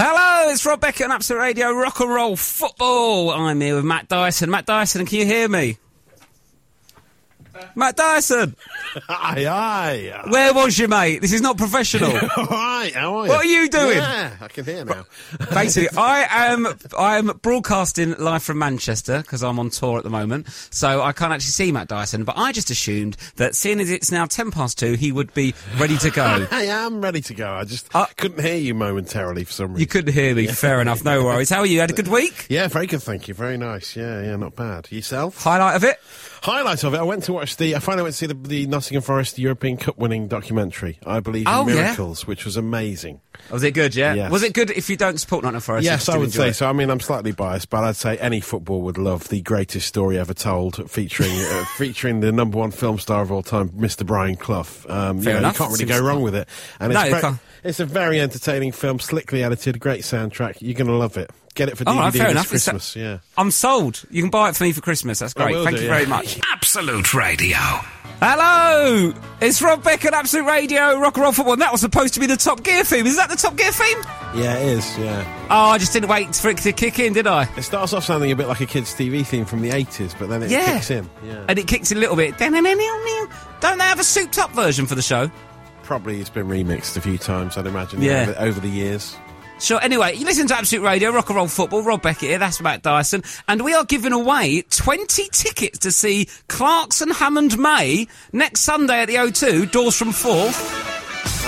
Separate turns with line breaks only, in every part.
It's Rob Beckett on Absolute Radio, rock and roll football. I'm here with Matt Dyson. Matt Dyson, can you hear me?
Uh,
Matt Dyson,
Aye, aye.
where was you, mate? This is not professional.
All right, how are you?
What are you doing?
Yeah, I can hear now.
Basically, I am I'm broadcasting live from Manchester because I'm on tour at the moment, so I can't actually see Matt Dyson. But I just assumed that seeing as it's now ten past two, he would be ready to go.
I am ready to go. I just
Uh,
couldn't hear you momentarily for some reason.
you couldn't hear me, fair enough. No worries. How are you? Had a good week?
yeah, very good, thank you. Very nice. Yeah, yeah, not bad. Yourself?
Highlight of it?
Highlight of it, I went to watch the, I finally went to see the, the Nottingham Forest European Cup winning documentary, I Believe in
Oh, yeah.
Miracles, which was amazing.
Was it good? Yeah.
Yes.
Was it good? If you don't support Nottingham Forest, you
Yes,
still
I would
enjoy
say
it?
so. I mean, I'm slightly biased, but I'd say any football would love the greatest story ever told, featuring uh, featuring the number one film star of all time, Mr. Brian Clough.
Fair
Um, you, know, you
enough.
can't really
Seems-
go wrong with it. And
No,
it's,
you
very-
can't.
it's a very entertaining film, slickly edited, great soundtrack. You're going to love it. Get it for
All
DVD
right, fair
this
enough. It's-
Christmas. yeah.
I'm sold. You can buy it for me for Christmas. That's great.
will
Thank
do,
you
yeah.
very much.
Absolute Radio.
Hello, it's Rob Beck at Absolute Radio, Rock and Roll Football. And that was supposed to be the Top Gear theme. Is that the Top Gear theme?
Yeah, it is. Yeah.
Oh, I just didn't wait for it to kick in, did I?
It starts off sounding a bit like a kids' TV theme from the 80s, but then it
yeah.
kicks in. Yeah.
And it kicks in a little bit. Don't they have a souped up version for the show?
Probably it's been remixed a few times, I'd imagine,
Yeah.
over, over the years.
Sure, anyway, you listen to Absolute Radio, Rock and Roll Football, Rob Beckett here, that's Matt Dyson, and we are giving away 20 tickets to see Clarkson Hammond May next Sunday at the O2, doors from 4th.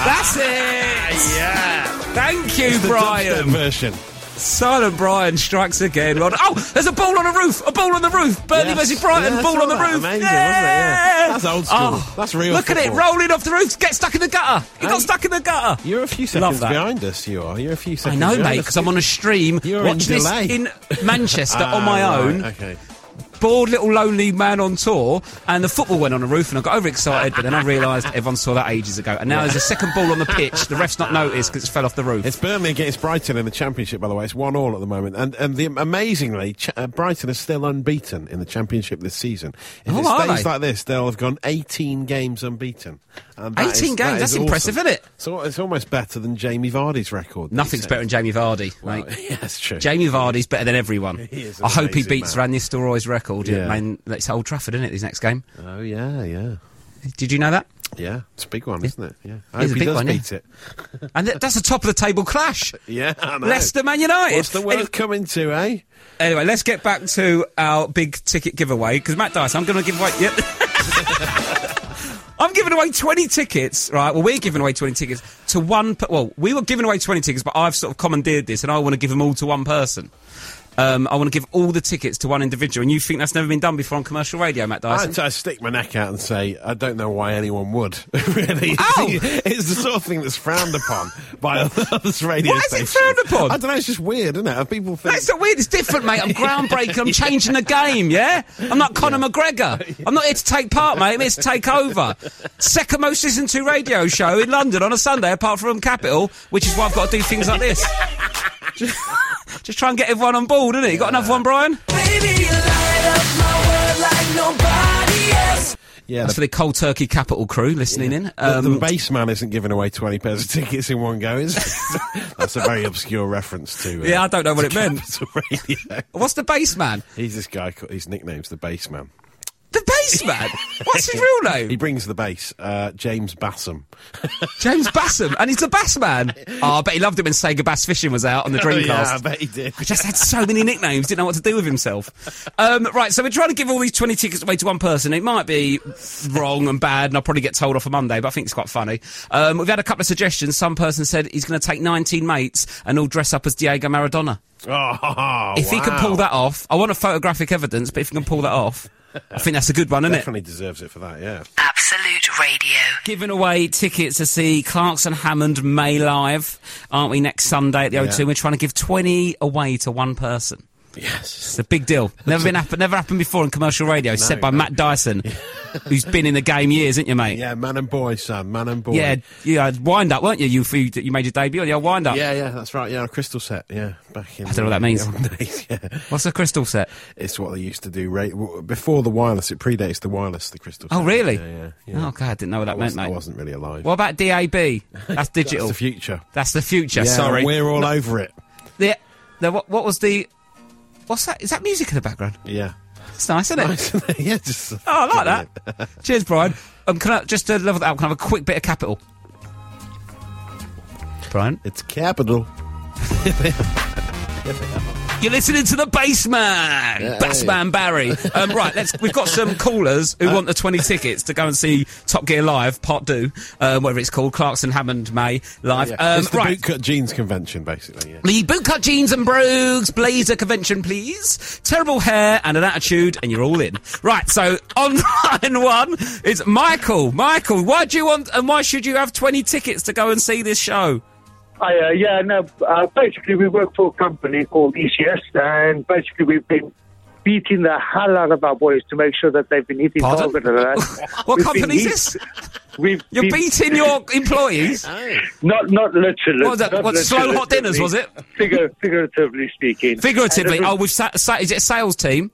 That's it!
Yeah.
Thank you, Brian.
version.
Silent Brian strikes again. Well, oh, there's a ball on the roof. A ball on the roof. Burnley
Yes.
versus Brighton.
Yeah, I
ball
saw
on the
that.
roof.
Amazing, wasn't it?
yeah. Oh,
Yeah. That's old school. That's real
Look at it
football.
rolling off the roof. Get stuck in the gutter. It got
Hey.
stuck in the gutter.
You're a few
Love
seconds
that.
behind us. You are. You're a few
I
seconds.
know,
behind
mate,
us.
because I'm on a stream.
You're
watch
in
this
delay.
in Manchester
Ah,
on my
right,
own.
Okay.
Bored little lonely man on tour, and the football went on the roof, and I got overexcited, but then I realised everyone saw that ages ago. And now there's a second ball on the pitch. The ref's not noticed because it fell off the roof.
It's Burnley against Brighton in the Championship, by the way. It's one all at the moment, and and the, amazingly, Ch- uh, Brighton are still unbeaten in the Championship this season. If
Oh,
it
are
stays
they?
like this, they'll have gone 18 games unbeaten. And that
18
that
games, that's impressive, isn't it?
So it's almost better than Jamie Vardy's record.
Nothing's better than Jamie Vardy, mate.
Yeah, that's true.
Jamie Vardy's better than everyone.
is an
I hope he
amazing
beats
man.
Van Nistelrooy's record. Yeah.
Yeah.
Man, it's Old Trafford, isn't it? His next game.
oh yeah, yeah,
Did you know that?
yeah. It's a big one, isn't it? Yeah.
It's
I hope
a
he
big
does
one, yeah.
beat it.
And th- that's a top of the table clash.
Yeah. I know.
Leicester, Man United.
What's the world
Any-
coming to, eh?
Anyway, let's get back to our big ticket giveaway because Matt Dice, I'm going to give away. Yep. I'm giving away 20 tickets, right? Well, we're giving away 20 tickets to one. Per- well, we were giving away 20 tickets, but I've sort of commandeered this, and I want to give them all to one person. Um, I want to give all the tickets to one individual, and you think that's never been done before on commercial radio, Matt Dyson?
I'd, i stick my neck out and say, I don't know why anyone would. really,
Ow!
it's the sort of thing that's frowned upon by others radio
Why is it
stations.
frowned upon?
I don't know. It's just weird, isn't it? People think.
That's not weird. It's different, mate. I'm groundbreaking. I'm changing the game. Yeah, I'm not Conor McGregor. I'm not here to take part, mate. I'm here to take over. Second most listened to radio show in London on a Sunday, apart from Capital, which is why I've got to do things like this. Just try and get everyone on board, innit? You got another one, Brian?
Baby, you light up my world like nobody else.
yeah,
That's for
the,
the cold turkey Capital crew listening in.
the,
Um,
the bass man isn't giving away twenty pairs of tickets in one go. Is it? that's a very obscure reference to. Uh,
yeah, I don't know what it meant.
Capital radio.
What's the bass man?
He's this guy. called- His nickname's the bass man.
The bass man? What's his real
He
name?
brings the bass. Uh, James Bassam.
James Bassam, and he's the bass man. Oh, I bet he loved it when Sega Bass Fishing was out on the Dreamcast.
Oh, yeah, I bet he did.
I just had so many nicknames, didn't know what to do with himself. Um, right, so we're trying to give all these 20 tickets away to one person. It might be wrong and bad, and I'll probably get told off on Monday, but I think it's quite funny. Um, we've had a couple of suggestions. Some person said he's going to take 19 mates and all dress up as Diego Maradona.
Oh,
If he can
wow.
pull that off, I want a photographic evidence, but if he can pull that off, I think that's a good one, isn't it?
definitely deserves it for that. Yeah.
Absolute Radio.
Giving away tickets to see Clarkson Hammond May Live, aren't we, next Sunday at the O2?
Yeah.
We're trying to give 20 away to one person.
Yes.
It's a big deal. Never been happen- never happened before on commercial radio. said by Matt Dyson, who's been in the game years, isn't you, mate?
Yeah, man and boy, Sam. Man and boy.
yeah, yeah. Wind up, weren't you? You you, you made your debut on your wind up.
Yeah, yeah, that's right. Yeah, a crystal set. Yeah, back in. I
don't know what that means.
Days, yeah.
What's a crystal set?
It's what they used to do right, w- before the wireless. It predates the wireless. The crystal.
Oh,
set.
really?
Yeah, yeah. yeah.
Oh god, I didn't know what that
I
meant,
wasn't, I
mate.
wasn't really alive.
What about DAB? That's
It's
digital.
the future.
That's the future.
Yeah,
sorry,
we're all over it.
the, the what, what was the what's that? Is that music in the background?
Yeah.
It's nice, isn't it?
yeah, just.
Oh, I like that. Cheers, Brian. Um, can I just to level that up? Can I have a quick bit of capital? Brian,
It's capital.
you're listening to the Bassman, Bassman Barry. Um, right, let's. We've got some callers
Uh.
who want the 20 tickets to go and see Top Gear live, part two, um, whatever it's called, Clarkson Hammond May live.
Yeah.
Um,
it's the
right.
bootcut jeans convention, basically. Yeah.
The bootcut jeans and brogues blazer convention, please. Terrible hair and an attitude, and you're all in. Right, so on line one is Michael. Michael, why do you want and why should you have 20 tickets to go and see this show?
Hi, uh, yeah, no, uh, basically we work for a company called ECS and basically we've been beating the hell out of our boys to make sure that they've been hitting
Pardon?
target and that.
What
We've
company
been
is
hit-
this?
We've
You're
been-
beating your employees?
Not, not literally.
What was that?
not
What, slow
literally,
hot dinners, was it?
Figure, figuratively speaking.
Figuratively.
And
Oh,
it'll-
we've sa- sa- is it a sales team?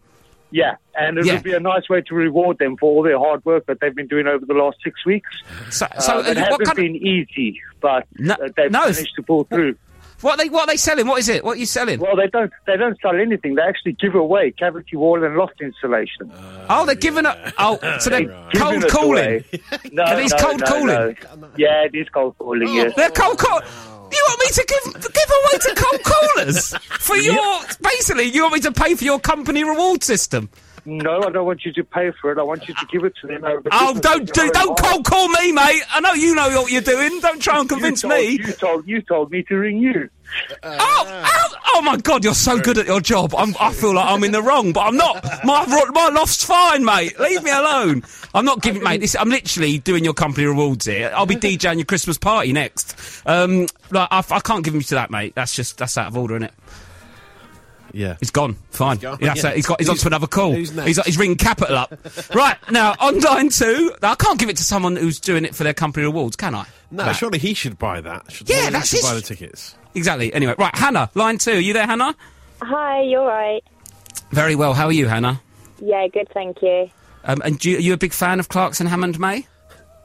yeah, and it
Yeah.
would be a nice way to reward them for all their hard work that they've been doing over the last six weeks.
So, so uh,
Uh, it
what
hasn't
kind of,
been easy, but
No-
uh, they've
no.
managed to pull through.
what are they what are they selling? What is it? What are you selling?
Well, they don't. They don't sell anything. They actually give away cavity wall and loft insulation.
Ah,
oh, they're giving up. Oh, so they're
Giving
cold
it
calling.
away. no,
It is
no,
cold
no,
calling. Oh.
no. Yeah, it is cold calling. Yes.
They're cold call. You want me to give give away to cold callers for your basically? You want me to pay for your company reward system?
No, I don't want you to pay for it. I want you to give it to them. over
Oh,
Christmas.
don't do,
You're
don't
right.
cold call me, mate. I know you know what you're doing. Don't try and
You
convince
told-
me.
You told you told me to ring you.
Oh, ow, oh my God, you're so good at your job. I'm, I feel like I'm in the wrong, but I'm not. My ro- my loft's fine, mate. Leave me alone. I'm not giving, mate. This, I'm literally doing your company rewards here. I'll be DJing your Christmas party next. Um, like I, I can't give you to that, mate. That's just that's out of order, isn't it?
Yeah.
He's gone. Fine.
gone,
Yeah, that's
yeah.
it. He's got. He's on to another call.
who's next?
He's, he's ringing capital up. right now, on line two. Now, I can't give it to someone who's doing it for their company rewards, can I?
No,
Right.
surely he should buy that. Should,
Yeah,
surely he
that's
should
his-
buy the tickets.
Exactly. Anyway, right, Hannah, line two. Are you there, Hannah?
Hi, you're right.
Very well. How are you, Hannah?
Yeah, good, thank you.
Um, and do you, are you a big fan of Clarkson Hammond May?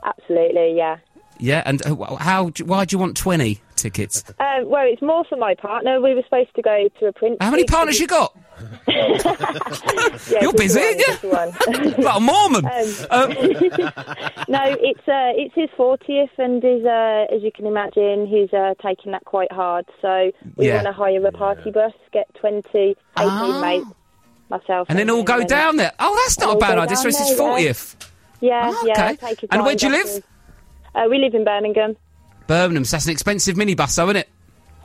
Absolutely, yeah.
Yeah. And uh, wh- how? do- Why do you want twenty tickets?
Um, well, it's more for my partner. We were supposed to go to a print.
How many partners you got?
Yeah,
You're
just
busy,
one,
yeah.
just one.
Like a Mormon. Um,
no, it's uh, it's his fortieth, and he's, uh, as you can imagine, he's uh, taking that quite hard. So we
Yeah.
want to hire a party bus, get 20, 18
Ah.
mates, myself,
and then all
him,
go
and-
down there. Oh, that's not a
All
bad
go
idea. So
down
it's his
there, yeah.
fortieth.
Yeah,
Ah,
yeah.
okay.
Take his
And where do you
guide
live?
buses. Uh, we live in Birmingham.
Birmingham. So that's an expensive minibus, though, isn't it?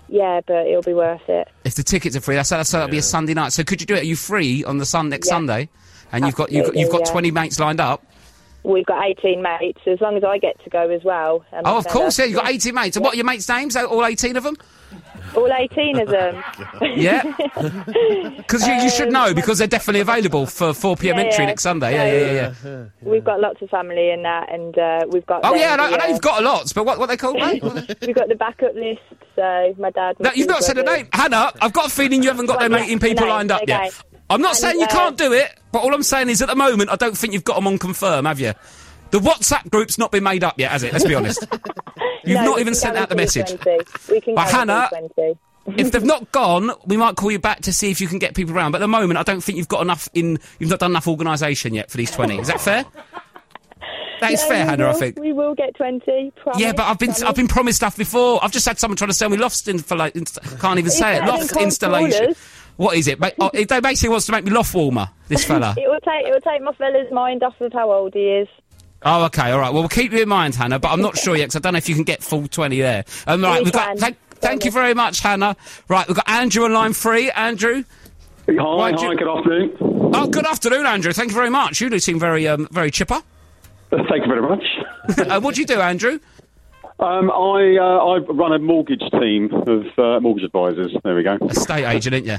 Yeah, but it'll be worth it.
If the tickets are free, that's, that's so that'll be a Sunday night. So could you do it? Are you free on the sun next
Yeah.
Sunday? And you've got you've got, you've got
Absolutely, yeah.
twenty mates lined up.
We've got 18 mates, as long as I get to go as well. and
Oh, of
then,
course,
uh,
yeah. You've got eighteen mates. And what are your mates' names? All eighteen of them?
All 18 of them.
Yeah. Because you, you should know because they're definitely available for four pm
Yeah,
entry
Um, yeah.
next Sunday. Yeah, yeah, yeah. yeah.
We've got lots of family in that, and uh, we've got.
Oh
then
yeah, I know,
the,
I know
uh,
you've got a lot, but what what they called, mate?
We've got the backup list, so my dad. my
No, you've
two
not said a
brothers.
name, Hannah. I've got a feeling you haven't got
Well,
them
yeah,
eighteen people
no,
lined up
okay.
yet. I'm not
And,
saying you
uh,
can't do it, but all I'm saying is at the moment I don't think you've got them on confirm, have you? The WhatsApp group's not been made up yet, has it? Let's be honest. You've
No,
not
we
even
can
sent out the
guarantee
message.
20. We can
But
guarantee
Hannah-
20.
if they've not gone, we might call you back to see if you can get people around. But at the moment, I don't think you've got enough in. You've not done enough organisation yet for these twenty. Is that fair? That is
No,
fair,
we
Hannah.
will,
I think.
we will get 20. Promise,
Yeah, but I've been
promise.
I've been promised stuff before. I've just had someone trying to sell me loft in for like inst- can't even say it
better than
loft
cold
installation.
callers.
What is it? Ba- oh, it- they basically wants to make me loft warmer. This fella.
It will take. It will take my fella's mind off of how old he is.
oh, okay, all right. Well, we'll keep you in mind, Hannah. But I'm not sure yet 'cause I don't know if you can get full twenty there. Um, right,
We
we've got.
can.
Thank, thank you very much, Hannah. Right, we've got Andrew on line three. Andrew.
Hi,
Why'd
hi,
you-
good afternoon.
Oh, good afternoon, Andrew. Thank you very much. You do seem very, um, very chipper.
Thank you very much.
uh, what do you do, Andrew?
Um, I uh, I run a mortgage team of uh, mortgage advisors. There we go.
Estate agent, ain't you?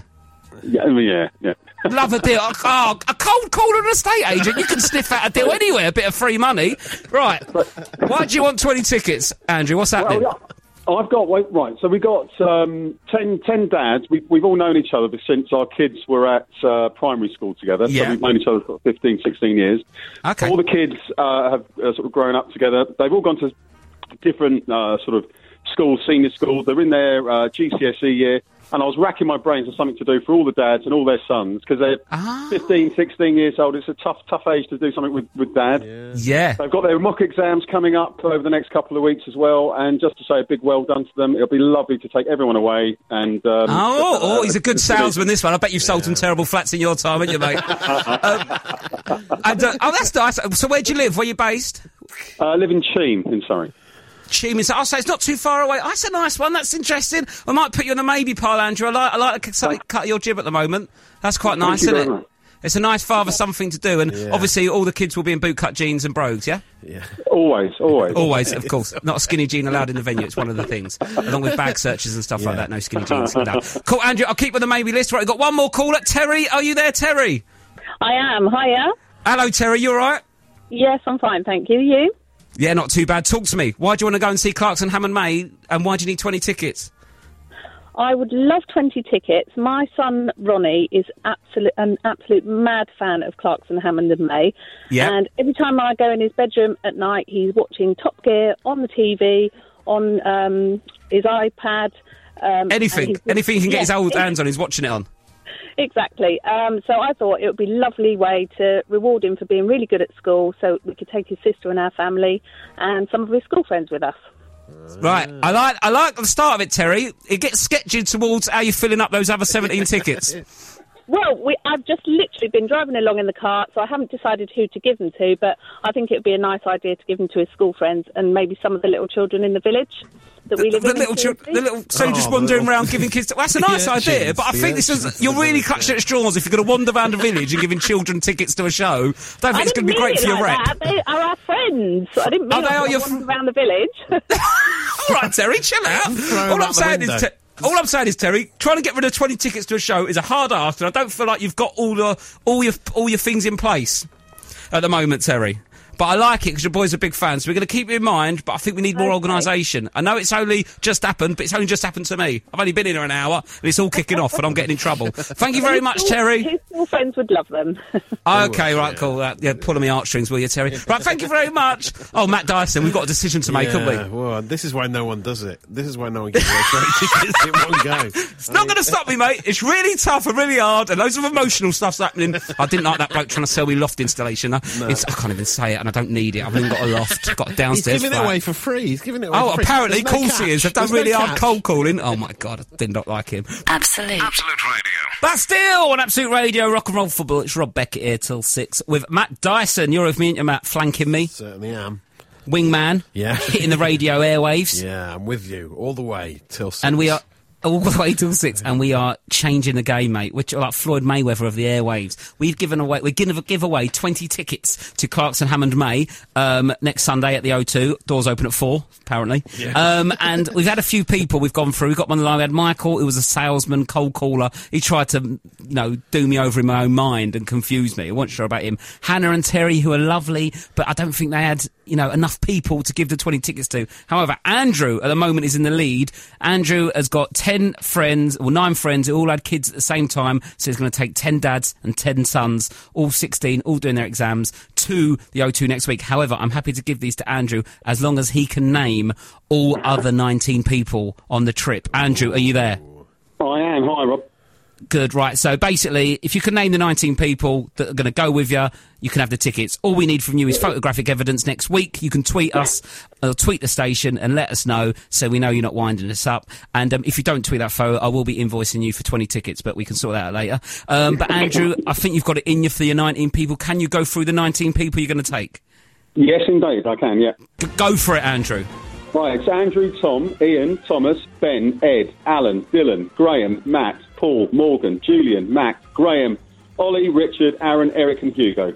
Yeah, I mean, yeah, yeah.
Love a deal. Oh, a cold call on an estate agent. You can sniff out a deal anywhere. A bit of free money, right? Why do you want twenty tickets, Andrew? What's happening?
Well, yeah. Oh, I've got wait, right. So we got um, 10, 10 dads. We, we've all known each other since our kids were at uh, primary school together.
Yeah.
So we've known each other for 15, 16 years.
Okay.
All the kids uh, have uh, sort of grown up together. They've all gone to different uh, sort of school, senior school. They're in their uh, GCSE year. And I was racking my brains for something to do for all the dads and all their sons because they're
Ah.
fifteen, sixteen 15, 16 years old. It's a tough, tough age to do something with, with dad.
Yeah.
They've got their mock exams coming up over the next couple of weeks as well. And just to say a big well done to them. It'll be lovely to take everyone away. And um,
Oh, oh,
uh,
he's a good
it's gonna be-
salesman. This one, I bet you've sold some terrible flats in your time, haven't you, mate? Um, and, uh, oh, that's nice. So, where do you live? Where you based?
Uh, I live in Cheam in Surrey.
Tuning. So I'll say it's not too far away. Oh, that's a nice one. That's interesting. I might put you on the maybe pile, Andrew. I like, I like to slightly cut your jib at the moment. That's quite nice,
you
isn't
very
it?
much.
It's a nice father something to do, and obviously all the kids will be in bootcut jeans and brogues, yeah?
Always, always.
Always, of course. Not a skinny jean allowed in the venue. It's one of the things, along with bag searches and stuff like that. No skinny jeans. No. Cool, Andrew. I'll keep with the maybe list. Right, we've got one more caller. Terry, are you there, Terry?
I am. Hiya.
Hello, Terry. You all right?
Yes, I'm fine, thank you. You?
Yeah, not too bad. Talk to me. Why do you want to go and see Clarkson Hammond May, and why do you need twenty tickets?
I would love 20 tickets. My son Ronnie is absolute, an absolute mad fan of Clarkson, Hammond and May.
Yeah.
And every time I go in his bedroom at night, he's watching Top Gear on the TV, on um, his iPad. Um, and
Anything,
he's-
anything he can get his
Yeah,
old hands on. He's watching it on.
Exactly. Um, so I thought it would be a lovely way to reward him for being really good at school so we could take his sister and our family and some of his school friends with us.
Right, I like I like the start of it, Terry. It gets sketchy towards how you're filling up those other 17 tickets.
Well, we, I've just literally been driving along in the car, so I haven't decided who to give them to, but I think it would be a nice idea to give them to his school friends and maybe some of the little children in the village that we
The
live in.
little,
in
chil-
Shrewsbury.
the little, so just
the
wandering
little-
around giving kids. well, that's a nice
The
idea,
urchins,
but I
the
think this
urchins
is you're
in the
really
village,
clutching at straws if you're going to wander around a village and giving children tickets to a show. I don't think
I
it's going to
didn't
be
mean
great
it
for your
like
rep.
that. They are our friends. I didn't
Are
mean
they
I
all
was
your
wandering around the village.
All right, Terry, chill out.
Throw
All
him
I'm
out the
saying is,
window.
Te- all I'm saying is, Terry, trying to get rid of 20 tickets to a show is a hard ask, and I don't feel like you've got all your all your all your things in place at the moment, Terry. But I like it because your boy's a big fan, so we're going to keep you in mind. But I think we need more
Okay.
organisation. I know it's only just happened, but it's only just happened to me. I've only been in here an hour, and it's all kicking off, and I'm getting in trouble. Thank you very much,
His-
Terry.
His school friends would love them.
Okay, right, cool. Uh, yeah, pull on my heartstrings, will you, Terry? Right, thank you very much. Oh, Matt Dyson, we've got a decision to make, haven't we?
Yeah, well, this is why no one does it. This is why no one gives away straight tickets in one go.
It's not going to stop me, mate. It's really tough and really hard, and loads of emotional stuff's happening. I didn't like that bloke trying to sell me loft installation. I, it's, I can't even say it, and I don't need it. I've even got a loft. I've got a
He's
downstairs
giving it
flat.
away for free. He's giving it away
Oh,
for free.
apparently,
There's
cool
no
she is. I've
catch.
done
There's no
really hard
catch.
cold calling. Oh my god, I did not like him.
Absolute.
Absolute Radio.
But still, on Absolute Radio, rock and roll football. It's Rob Beckett here till six with Matt Dyson. You're with me, ain't you, Matt, flanking me,
Certainly am.
wingman.
Yeah.
hitting the radio airwaves.
Yeah, I'm with you all the way till. Six.
and we are all the way till six, and we are changing the game, mate. Which are like Floyd Mayweather of the airwaves. We've given away, we're going to give away twenty tickets to Clarkson Hammond May um, next Sunday at the O2. Doors open at four, apparently. Um, and we've had a few people we've gone through. We got one line. We had Michael, who was a salesman, cold caller. He tried to, you know, do me over in my own mind and confuse me. I wasn't sure about him. Hannah and Terry, who are lovely, but I don't think they had, you know, enough people to give the 20 tickets to. However, Andrew at the moment is in the lead. Andrew has got 10 friends, well, nine friends who all had kids at the same time. So it's going to take 10 dads and 10 sons, all 16, all doing their exams to the O2 next week. However, I'm happy to give these to Andrew as long as he can name all other 19 people on the trip. Andrew, are you there?
I am. Hi, Rob.
Good, right. So basically, if you can name the 19 people that are going to go with you, you can have the tickets. All we need from you is photographic evidence next week. You can tweet us or tweet the station and let us know so we know you're not winding us up. And um, if you don't tweet that photo, I will be invoicing you for 20 tickets, but we can sort that out later. Um, but Andrew, I think you've got it in you for your 19 people. Can you go through the 19 people you're going to take?
Yes, indeed, I can. Yeah.
G- go for it, Andrew.
Right, it's Andrew, Tom, Ian, Thomas, Ben, Ed, Alan, Dylan, Graham, Matt, Paul, Morgan, Julian, Mac, Graham, Ollie, Richard, Aaron, Eric, and Hugo.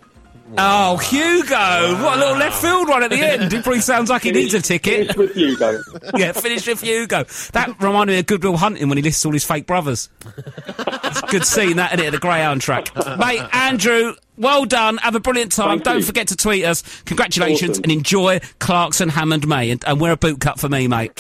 Oh, Hugo! What a little left field one at the end. He probably sounds like he needs a ticket.
Finish with Hugo.
yeah, finish with Hugo. That reminded me of Goodwill Hunting when he lists all his fake brothers. it's a good scene, that, isn't it? The Greyhound track. Mate, Andrew, well done. Have a brilliant time.
Thank
Don't
you.
forget to tweet us. Congratulations
Awesome.
and enjoy Clarkson Hammond May. And, and wear a boot cut for me, mate.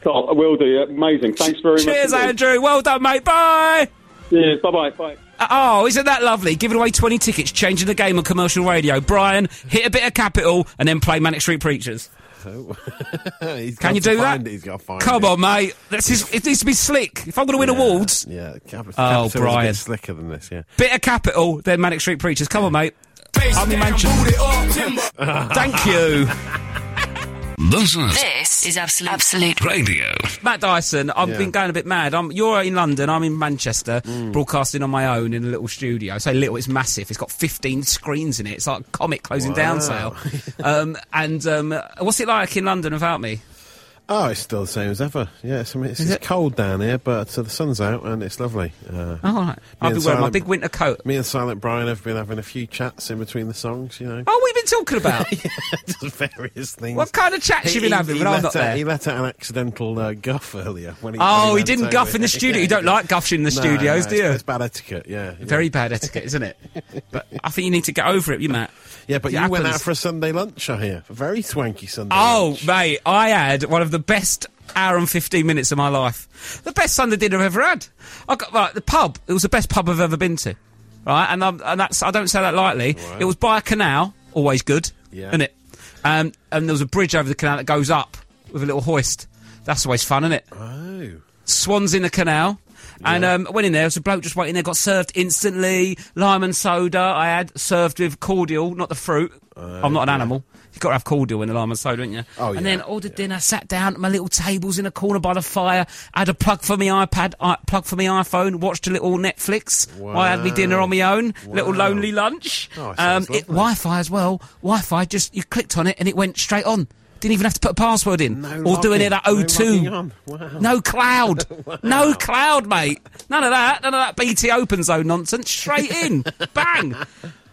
Top, I will do. yeah, Amazing. Thanks very much.
Cheers,
indeed.
Andrew. Well done, mate. Bye.
Cheers. Bye-bye. Bye.
Oh, isn't that lovely? Giving away 20 tickets, changing the game on commercial radio. Brian, hit a bit of capital and then play Manic Street Preachers.
He's
Can
got
you
to
do that?
find It. He's got to find
Come
it.
on, mate. This is, it needs to be slick. If I'm going to win
Yeah,
awards,
Yeah, Cap-
Oh,
Capital was a bit
Brian.
slicker than this. Yeah,
bit of capital, then Manic Street Preachers. Come on, mate. I'm in Manchester. Thank you.
This is
This is Absolute, Absolute
Radio.
Matt Dyson, I've
Yeah. Mm.
been going a bit mad. I'm, you're in London, I'm in Manchester, broadcasting on my own in a little studio. So little, it's massive. It's got 15 screens in it. It's like a comic closing down sale. um, and um, what's it like in London without me?
Oh, it's still the same as ever. Yeah, it's, I mean, it's, it's cold down here, but uh, the sun's out and it's lovely. Uh,
Oh, all right. I've
and
been wearing my
Simon-
big winter coat.
Me and Silent Brian have been having a few chats in between the songs, you know,
Oh, we've been talking about.
just various things.
What kind of chats you been having when
let
I'm not
out,
there?
He let out an accidental uh, guff earlier. When he, when
Oh, he
went
didn't
over
guff in the
it.
studio.
Yeah,
You don't
he
like guffs in the
No,
studios,
no,
do
it's-
you?
It's bad etiquette, yeah. yeah.
Very bad etiquette, isn't it? But I think you need to get over it, you Matt.
Yeah, but
It
you went
happens.
out for a Sunday lunch, I hear. A very swanky Sunday
Oh,
lunch.
mate, I had one of the best hour and 15 minutes of my life. The best Sunday dinner I've ever had. I got, right, the pub, it was the best pub I've ever been to. Right, and, I'm, and that's, I don't say that lightly.
Right.
It was by a canal, always good,
Yeah.
isn't it? Um, and there was a bridge over the canal that goes up with a little hoist. That's always fun, isn't it?
Oh.
Swans in the canal. And um, went in there, there was a bloke just waiting there, got served instantly. Lime and soda I had, served with cordial, not the fruit. I'm not an animal. You've got to have cordial in the lime and soda, haven't you?
Oh,
and
yeah,
then ordered dinner, sat down at my little tables in a corner by the fire, had a plug for my iPad, I, plug for my iPhone, watched a little Netflix. I had my dinner
Wow.
on my own, little
Wow.
lonely lunch.
Oh, it
um,
sounds
it,
lovely.
Wi-Fi as well. Wi-Fi, just you clicked on it and it went straight on. Didn't even have to put a password in
No
or do any of that
logging. No
O2.
logging on. Wow.
No cloud. No cloud, mate. None of that. None of that BT open zone nonsense. Straight in. Bang.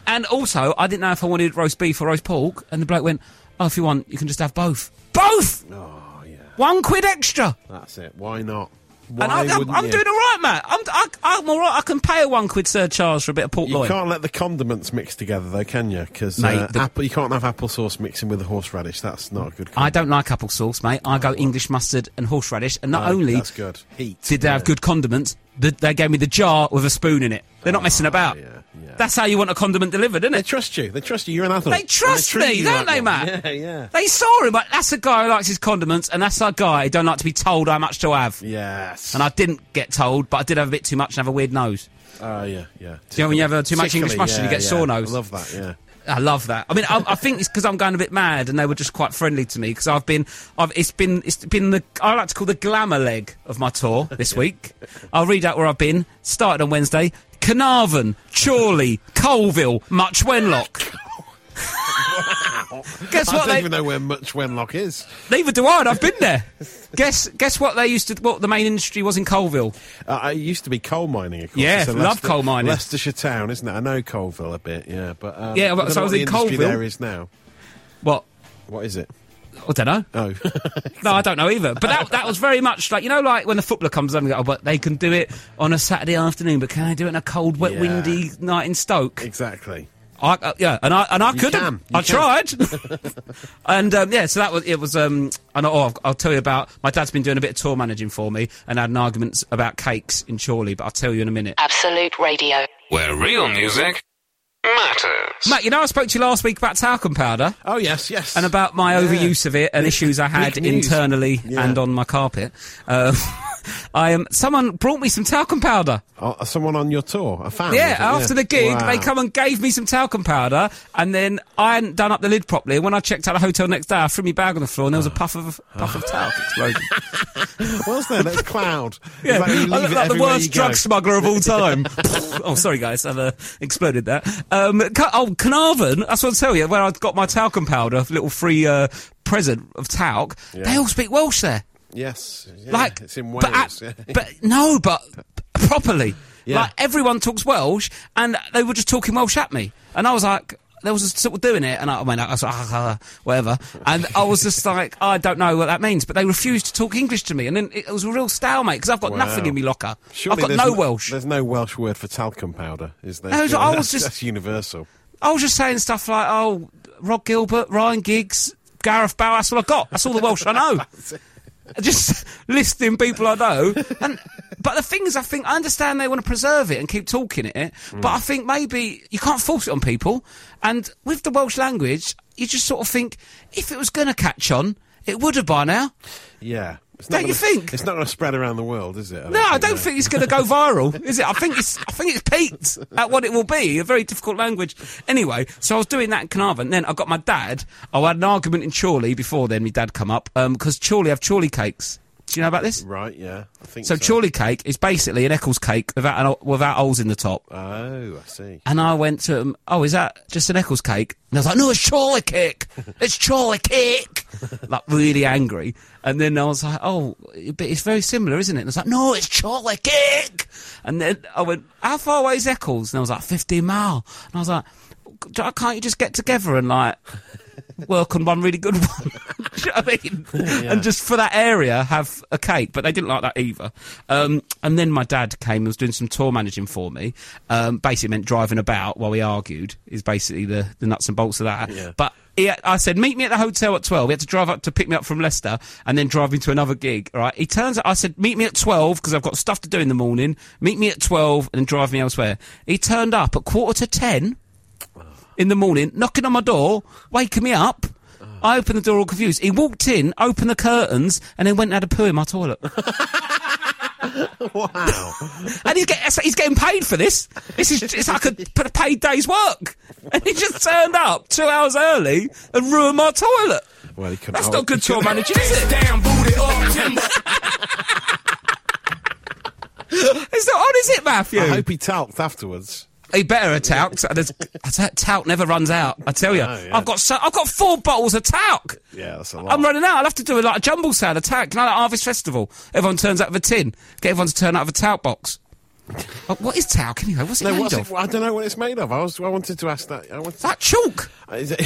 And also, I didn't know if I wanted roast beef or roast pork. And the bloke went, Oh, if you want, you can just have both. Both!
Oh, yeah.
One quid extra.
That's it. Why not? Why
And I, I'm,
wouldn't
I'm
you?
doing all right, Matt. I'm, I, I'm all right. I can pay a one quid surcharge for a bit of pork
You
loin.
can't let the condiments mix together, though, can you? Because
Mate,
uh,
the-
apple, you can't have applesauce mixing with the horseradish. That's not a good.
I
Condiment.
don't like apple sauce, mate. I go English mustard and horseradish. And not
No,
only
Oh, that's good. Heat.
did they have
yeah.
good condiments, th- they gave me the jar with a spoon in it. They're not messing about.
Oh, yeah, yeah.
That's how you want a condiment delivered, isn't
They
it?
trust you. They trust you. You're an adult.
They trust
And treat
me,
you
don't
like
they,
one.
Matt?
Yeah, yeah,
They saw him, but that's a guy who likes his condiments, and that's a guy who don't like to be told how much to have.
yes.
And I didn't get told, but I did have a bit too much and have a weird nose.
Oh yeah, yeah.
you know when you have, uh, too much English
Particularly,
mustard, you
yeah,
get
yeah.
sore nose?
I love that. Yeah.
I love that. I mean, I, I think it's because I'm going a bit mad, and they were just quite friendly to me because I've been, I've it's been, it's been the I like to call the glamour leg of my tour this week. I'll read out where I've been. Started on Wednesday. Carnarvon, Chorley, Colville, Much Wenlock. Guess
I
what?
don't
they,
even know where much Wenlock is.
Neither do I. And I've been there. guess guess what they used to what the main industry was in Colville.
Uh, it used to be coal mining, of course.
Yeah,
It's a
love coal mining.
Leicestershire town, isn't it? I know Coalville a bit, yeah, but um,
Yeah, well,
I don't
so
know
I was in
what the industry
Coalville.
There is now.
What?
What is it?
I don't know.
Oh,
No, I don't know either. But that, that was very much like you know, like when the footballer comes up and go, oh, but they can do it on a Saturday afternoon, but can they do it on a cold, wet,
Yeah.
windy night in Stoke?
exactly.
I, uh, yeah, and I and I could
can.
not
You
I
can.
tried, and um, yeah, so that was it was. Um, and oh, I'll, I'll tell you about my dad's been doing a bit of tour managing for me, and had an argument about cakes in Chorley, but I'll tell you in a minute.
Absolute Radio.
Where real music matters.
Matt, you know I spoke to you last week about talcum powder.
Oh yes, yes.
and about my overuse of it and issues I had
big news.
internally
Yeah.
and on my carpet. Um, I um, someone brought me some talcum powder.
Oh, someone on your tour, a fan.
Yeah,
was it?
after the gig,
Wow.
they come and gave me some talcum powder, and then I hadn't done up the lid properly. And when I checked out the hotel next day, I threw my bag on the floor, and there was a puff of puff of talc exploding.
What's there? That's cloud.
Yeah,
It's like you
I
leave
look
it
like the
everywhere you
worst
go.
drug smuggler of all time. oh, sorry guys, I've uh, exploded that. Um, Ca- oh, Carnarvon, that's what I tell you. When I got my talcum powder, little free uh, present of talc, they all speak Welsh there.
Yes, yeah,
Like
it's in
but
Wales.
at-
yeah.
but no, but properly.
Yeah.
Like everyone talks Welsh, and they were just talking Welsh at me, and I was like. There was a sort of doing it, and I, I mean, I was like, ah, ah, whatever. And I was just like, I don't know what that means. But they refused to talk English to me, and then it was a real stalemate because I've got nothing
Wow.
in me locker.
Surely
I've got
there's
no Welsh.
There's no Welsh word for talcum powder, is there?
No, I was
Surely that's,
just-
that's universal.
I was just saying stuff like, oh, Rod Gilbert, Ryan Giggs, Gareth Bauer. That's all I got. That's all the Welsh I know. just listing people I know. And but the thing is, I think I understand they want to preserve it and keep talking it, but I think maybe you can't force it on people. And with the Welsh language, you just sort of think if it was going to catch on, it would have by now.
Yeah. It's
Don't
gonna,
you think?
It's not going to spread around the world, is it?
No, I don't think it's going to go viral, is it? I think it's I think it's peaked at what it will be, a very difficult language. Anyway, so I was doing that in Carnarvon. Then I got my dad. I had an argument in Chorley before then. My dad come up because Chorley have Chorley cakes. Do you know about this?
Right, yeah. I think
So,
so.
Chorley cake is basically an Eccles cake without an, without holes in the top.
Oh, I see.
And I went to him, oh, is that just an Eccles cake? And I was like, no, it's Chorley cake. It's Chorley cake. like, really angry. And then I was like, oh, but it's very similar, isn't it? And I was like, no, it's Chorley cake. And then I went, how far away is Eccles? And I was like, 15 mile. And I was like, "G- can't you just get together and like work on one really good one? Do you know what I mean? And just for that area, have a cake. But they didn't like that either. Um, and then my dad came and was doing some tour managing for me. Um, basically meant driving about while we argued, is basically the, the nuts and bolts of that.
Yeah.
But he, I said, meet me at the hotel at 12. He had to drive up to pick me up from Leicester and then drive me to another gig. All right. He turns up, I said, meet me at 12 because I've got stuff to do in the morning. Meet me at 12 and then drive me elsewhere. He turned up at quarter to 10 in the morning, knocking on my door, waking me up. I opened the door all confused. He walked in, opened the curtains, and then went and had a poo in my toilet.
Wow.
and he's, get, he's getting paid for this. This is it's like a, put a paid day's work. And he just turned up two hours early and ruined my toilet.
well, he couldn't
That's
hold-
not good
he
tour
couldn't-
managing, is it?
Down, booty up, timber.
It's not on, is it, Matthew?
I hope he talked afterwards.
He better a talc. There's- I tell- talc never runs out. I tell you,
No, yeah.
I've got so, I've got four bottles of talc.
Yeah, that's a lot.
I'm running out. I'll have to do a, like a jumble sale, a talc, like a harvest festival. Everyone turns out of a tin. Get everyone to turn out of a talc box. Oh, what is talc anyway? What's it
No,
made
what's
of?
it, I don't know what it's made of. I was. I wanted to ask that. I wanted
Is that chalk?
Is it-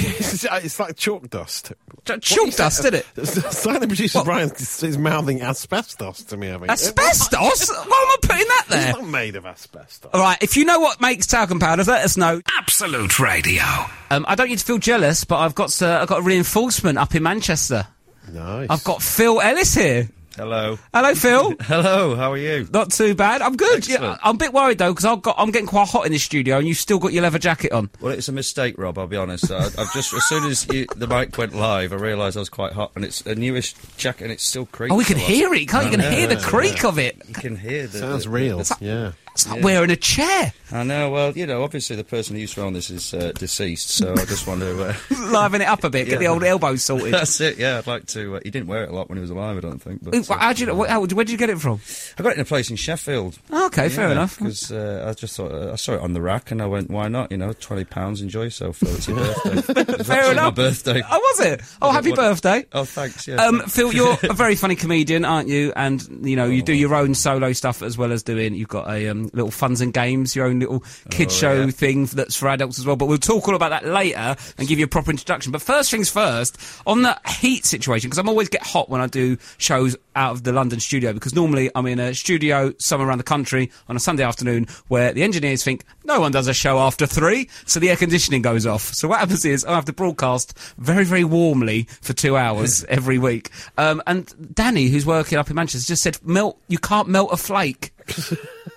it's, like chalk dust.
Ch- Chalk dust, did it?
Slightly producer
What?
Brian is is mouthing asbestos to me. I mean,
Asbestos? Why am I putting that
It's
there?
not made of asbestos.
All right, if you know what makes talcum powders, let us know.
Absolute Radio.
Um, I don't need to feel jealous, but I've got uh, I've got a reinforcement up in Manchester.
Nice.
I've got Phil Ellis here.
Hello.
Hello, Phil.
Hello, how are you?
Not too bad. I'm good. Yeah,
Excellent.
I'm a bit worried though because I've got I'm getting quite hot in the studio, and you've still got your leather jacket on.
Well, it's a mistake, Rob, I'll be honest. I, I've just, as soon as you, the mic went live, I realised I was quite hot, and it's a newish jacket, and it's still creaking.
Oh, we can
a lot.
hear it. Can't you? you? Can
Yeah,
hear the
yeah,
creak
yeah.
of it.
You can hear the...
Sounds
the-
real. yeah.
It's like wearing a chair.
I know, well, you know, obviously the person who's found this is uh, deceased, so I just want to... Uh,
Liven it up a bit. Get the
Yeah.
old elbow sorted.
that's it, yeah, I'd like to... Uh, he didn't wear it a lot when he was alive, I don't think, but...
How
uh,
do you, know- how, where did you get it from?
I got it in a place in Sheffield.
Okay, fair enough.
Because uh, I just thought uh, I saw it on the rack, and I went, "Why not? You know, twenty pounds, enjoy yourself. Phil. It's your birthday. It was
Fair
actually
enough.
My birthday.
Oh, was it? Oh, happy
what-
birthday.
Oh, thanks. Yeah.
Um, Phil, you're a very funny comedian, aren't you? And you know you do your own solo stuff as well as doing. You've got a um, little funs and games, your own little kid show
yeah.
thing that's for adults as well. But we'll talk all about that later and give you a proper introduction. But first things first, on the heat situation, because I'm always get hot when I do shows out of the London studio because normally I'm in a studio somewhere around the country on a Sunday afternoon where the engineers think no one does a show after three, so the air conditioning goes off. So what happens is I have to broadcast very, very warmly for two hours every week. Um, and Danny, who's working up in Manchester, just said, "Melt, you can't melt a flake."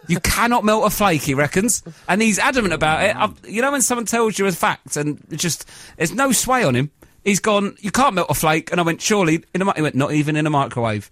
You cannot melt a flake, he reckons, and he's adamant about it. i you know when someone tells you a fact and it just there's no sway on him. He's gone. You can't melt a flake, and I went surely in a. mi-" He went not even in a microwave.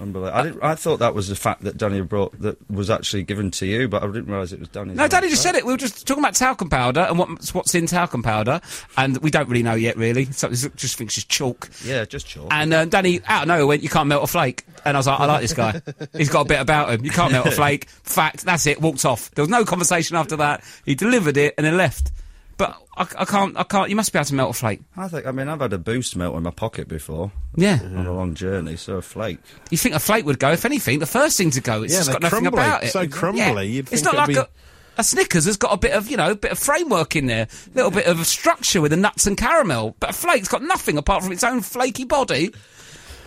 Unbelievable. I, didn't, I thought that was the fact that Danny brought that was actually given to you, but I didn't realise it was Danny.
No, Danny just said it. We were just talking about talcum powder and what's what's in talcum powder, and we don't really know yet, really. So it's- just thinks it's chalk.
Yeah, just sure.
And um, Danny, out of nowhere, went, You can't melt a flake. And I was like, I like this guy. He's got a bit about him. You can't melt a flake. Fact, that's it. Walked off. There was no conversation after that. He delivered it and then left. But I, I can't, I can't, you must be able to melt a flake.
I think. I mean, I've had a boost melt in my pocket before
Yeah.
on a long journey, so a flake.
You think a flake would go, if anything, the first thing to go. It's
Yeah,
just
they're
got nothing
crumbly.
about it.
So crumbly,
Yeah.
you'd
it's not
think
like
it'd
a, a Snickers has got a bit of, you know, a bit of framework in there, a little bit of structure with the nuts and caramel. But a flake's got nothing apart from its own flaky body.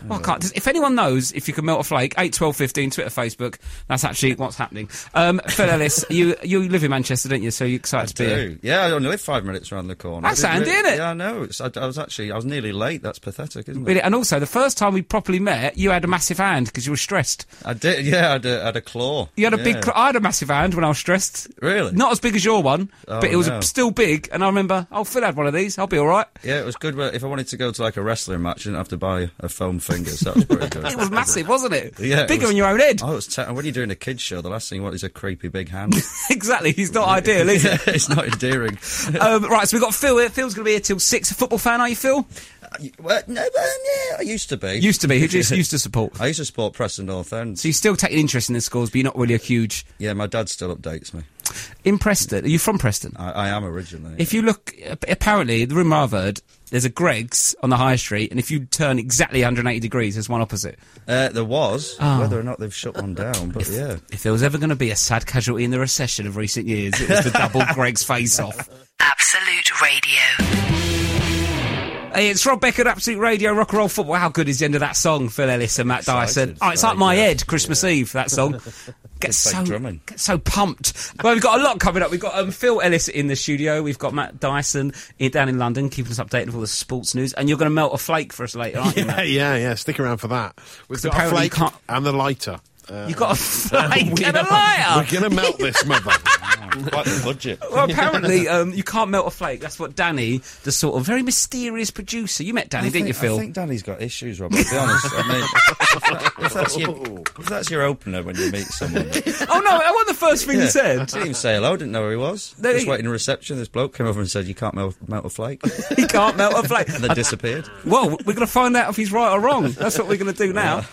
Well, I can't, does- if anyone knows if you can melt a flake, 8, 12, 15, Twitter, Facebook, that's actually what's happening. Um, Phil Ellis, you you live in Manchester, don't you? So you're excited to be here.
Ooh, Yeah, I only live five minutes around the corner.
That's
I didn't
handy,
really-
innit?
Yeah, I know. It's, I, I was actually, I was nearly late. That's pathetic, isn't it?
Really, and also, the first time we properly met, you had a massive hand because you were stressed.
I did. Yeah, I had a, I had a claw.
You had a big.
Yeah.
Cr- I had a massive hand when I was stressed.
Really?
Not as big as your one,
Oh,
but it was
no.
still big. And I remember, oh, Phil had one of these. I'll be all right.
Yeah, it was good. But if I wanted to go to like a wrestling match, I didn't have to buy a foam fingers. That was pretty good.
It was massive, wasn't it?
Yeah, it
bigger
was-
than your own head.
Oh, it's te- when you're doing a kids show, the last thing you want is a creepy big hand.
exactly. He's not ideal, is it?
it's not endearing.
um, right, so we've got Phil here. Phil's going to be here till six. A football fan, are you, Phil?
Uh, well, no, but, um, yeah, I used to be.
Used to be. Who just used to support?
I used to support Preston North End.
So you still take an interest in the scores, but you're not really a huge
Yeah, my dad still updates me.
in Preston. Are you from Preston?
I, I am originally.
If you look, ap- apparently, the rumour I've heard, there's a Greg's on the high street, and if you turn exactly 180 degrees, there's one opposite.
uh, there was,
Oh.
whether or not they've shut one down, but yeah.
If there was ever going to be a sad casualty in the recession of recent years, it was the double Greg's face off.
Absolute Radio.
Hey, it's Rob Beckett, Absolute Radio, Rock and Roll Football. How good is the end of that song, Phil Ellis and Matt Dyson?
Excited.
Oh, it's like
Very
my
good.
head, Christmas Eve, that song. Gets
fake
so,
drumming.
get so pumped. Well, we've got a lot coming up. We've got um, Phil Ellis in the studio. We've got Matt Dyson in, down in London, keeping us updated with all the sports news. And you're going to melt a flake for us later, aren't you,
Yeah,
Matt?
yeah, yeah. Stick around for that. We've got a
apparently you
flake
can't-
and the lighter. Uh,
You've got a flake
we
and a
are-
lighter.
We're going to melt this mother.
Quite the budget.
Well, apparently, um, you can't melt a flake. That's what Danny, the sort of very mysterious producer. You met Danny,
I
didn't
think,
you, Phil?
I think Danny's got issues, Rob. I'll be honest. I mean, if, that- if that's your, if that's your opener when you meet someone.
Oh, no, I want the first thing
Yeah.
you said.
Didn't even say hello, didn't know who he was.
No,
Just
he-
waiting in reception, this bloke came over and said, You can't melt, melt a flake. and
He can't melt a flake.
then disappeared.
Well, we're going to find out if he's right or wrong. That's what we're going to do now.